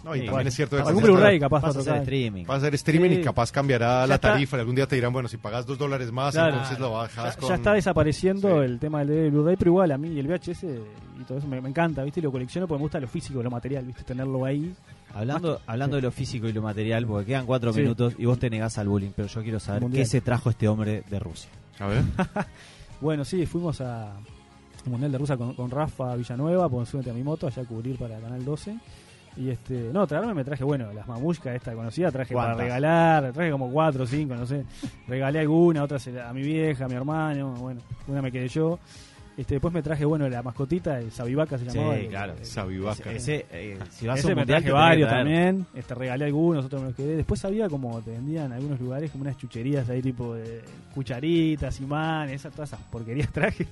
No, y Sí, también es cierto... algún que- Blu-ray Vas capaz a para hacer tocar. streaming. Va a ser streaming Sí. y capaz cambiará Ya la está. tarifa. Algún día te dirán, bueno, si pagas dos dólares más, Claro. entonces ah, lo bajas Ya, con... ya está desapareciendo Sí. el tema del DVD y Blu-ray, pero igual a mí el VHS y todo eso me, me encanta, viste, y lo colecciono porque me gusta lo físico, lo material, viste, tenerlo ahí. Hablando, hablando de lo físico y lo material, porque quedan cuatro Sí. minutos y vos te negás al bullying, pero yo quiero saber Mundial. qué se trajo este hombre de Rusia. A ver. Bueno, sí, fuimos a al Mundial de Rusia con, con Rafa Villanueva, por Súbete a mi moto, allá a cubrir para Canal 12. Y este, no, traerme me traje, bueno, las mamushkas esta conocida, traje ¿Cuántas? para regalar, traje como cuatro o cinco, no sé. Regalé alguna, otra se la- a mi vieja, a mi hermano, bueno, una me quedé yo. Este, después me traje, bueno, la mascotita, el Sabivaca se llamaba. el- el- Sabivaca. Ese, eh, si vas a ese un me mundial, te traje tenés que varios traer. también. Este, regalé algunos, otros me los quedé. Después había como te vendían en algunos lugares como unas chucherías ahí tipo de cucharitas, imanes, esas, todas esas porquerías traje.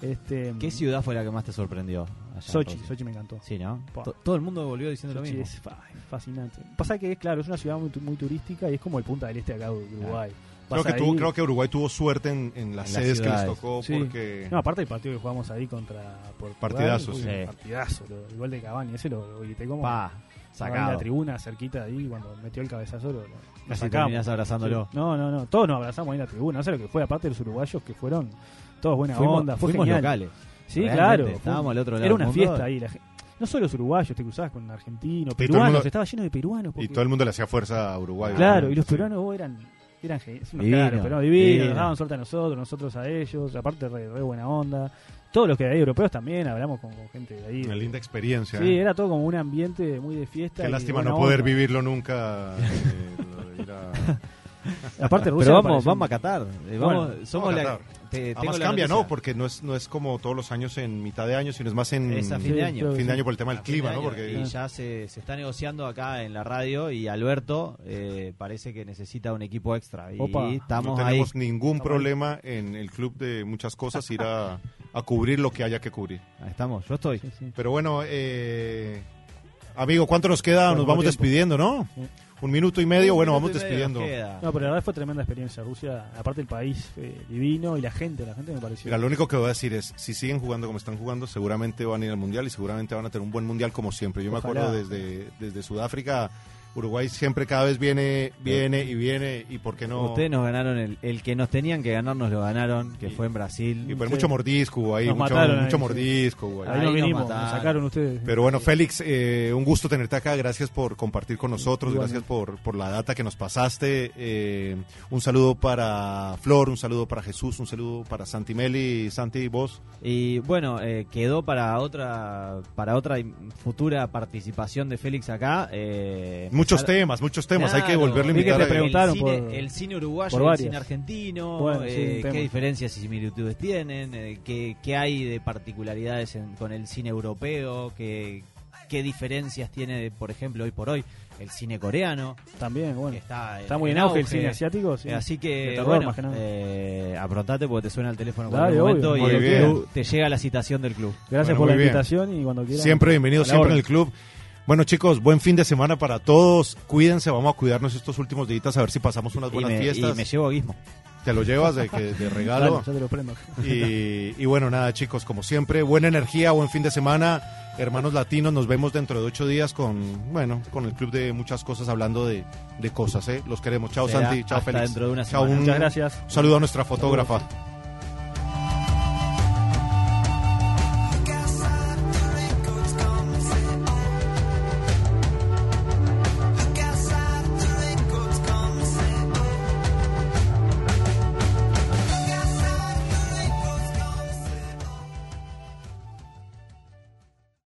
Este, ¿Qué ciudad fue la que más te sorprendió? allá en Sochi, Rusia? Sochi me encantó. Sí, ¿no? Pa. To- Todo el mundo volvió diciendo lo Sochi mismo. es fa- fascinante. Pasa que es claro, es una ciudad muy, tu- muy turística y es como el punta del este acá de Uruguay. Creo Vas que, ahí- tuvo, creo que Uruguay tuvo suerte en, en las En las sedes que les ciudades. tocó Sí. porque... No, aparte el partido que jugamos ahí contra Portugal, Partidazo, uy, sí. Partidazo, lo- el gol de Cavani, ese lo, lo grité como Pa, en la sacado. tribuna cerquita ahí cuando metió el cabezazo lo, lo- lo Casi sacamos. terminás abrazándolo. Sí. No, no, no. Todos nos abrazamos ahí en la tribuna. No sé lo que fue, aparte de los uruguayos que fueron todos buena Fuimos, onda. Fue fuimos genial. locales. Sí, Realmente, claro. fue- Estábamos al otro lado. Era del una mundo. fiesta ahí. la gen- no solo los uruguayos, te cruzabas con argentinos, todo el peruanos. mundo- Estaba lleno de peruanos. Y porque- todo el mundo le hacía fuerza a Uruguay. Claro, y los Sí. peruanos vos, eran. Eran gen- unos Divino, caros, pero no, divinos, divino. nos daban suerte a nosotros, nosotros a ellos, aparte re, re buena onda. Todos los que de ahí europeos también, hablamos con, con gente de ahí. Una linda experiencia. Sí, ¿eh? era todo como un ambiente muy de fiesta. Qué y lástima buena no poder onda. vivirlo nunca. eh, lo de ir la... Aparte Rusia Pero me vamos, parece un- vamos a Qatar. Eh, Bueno, Vamos, somos vamos a la. te- tengo Además la cambia, noticia. ¿no? Porque no es, no es como todos los años en mitad de año, sino es más en Es a fin Sí, de año. creo que fin de año por el tema A del fin de clima, ¿no? año, Porque Y ya se, se está negociando acá en la radio y Alberto eh, parece que necesita un equipo extra. Y Opa. no estamos ahí. tenemos ningún problema en el club de muchas cosas ir a, a cubrir lo que haya que cubrir. Ahí estamos, yo estoy. Pero bueno, eh, amigo, ¿cuánto nos queda? Bueno, nos vamos tiempo. despidiendo, ¿no? Sí. Un minuto y medio, bueno, Un vamos minuto y medio nos despidiendo. queda. No, pero la verdad fue tremenda experiencia Rusia. Aparte el país eh, divino y la gente, la gente me pareció. Mira, lo único que voy a decir es, si siguen jugando como están jugando, seguramente van a ir al Mundial y seguramente van a tener un buen Mundial como siempre. Yo me Ojalá. acuerdo desde, desde Sudáfrica, Uruguay siempre cada vez viene, viene y viene, y por qué no... Ustedes nos ganaron el, el que nos tenían que ganar, nos lo ganaron, que Y- fue en Brasil. Y pero Sí. mucho mordisco hubo ahí, Nos mucho, mataron ahí, mucho sí. mordisco hubo ahí. ahí ahí nos nos vinimos, nos mataron. sacaron ustedes. Pero bueno, Félix, eh, un gusto tenerte acá. Gracias por compartir con nosotros. Igualmente. Gracias por, por la data que nos pasaste. Eh, un saludo para Flor, un saludo para Jesús, un saludo para Santi Meli. Santi, vos. Y bueno, eh, quedó para otra para otra im- futura participación de Félix acá. eh, Muchos empezar- temas, muchos temas. Hay que Claro. volverle a Vi que invitar. te a- pregunté. preguntaron el cine, por- el cine uruguayo por y el varias. cine argentino, Bueno, eh, sí, un tema. qué diferencias y similitudes tienen, eh, qué, qué hay de particularidades en- con el cine europeo, qué, qué diferencias tiene, por ejemplo, hoy por hoy el cine coreano, También, que bueno. está, Está muy en auge el cine asiático. sí. Eh, Así De que, terror, bueno, más que nada. eh, aprontate porque te suena el teléfono en Dale, cualquier momento obvio, y cuando el quieras. club- te llega la citación del club. Gracias Bueno, por la muy bien. invitación y cuando quieran. Siempre bienvenido, a la siempre en orden. el club. Bueno, chicos, buen fin de semana para todos. Cuídense, vamos a cuidarnos estos últimos días a ver si pasamos unas Y buenas me, y fiestas. me llevo a Guismo. Te lo llevas de, que- de Dale, regalo. ya te lo prendo. Y, y bueno, nada, chicos, como siempre, buena energía, buen fin de semana. Hermanos latinos, nos vemos dentro de ocho días con, bueno, con el club de muchas cosas, hablando de, de cosas, ¿eh? Los queremos. Chao, Será Santi. Chao, hasta Félix. dentro de una Chao, semana. un- Muchas gracias. un saludo a nuestra fotógrafa.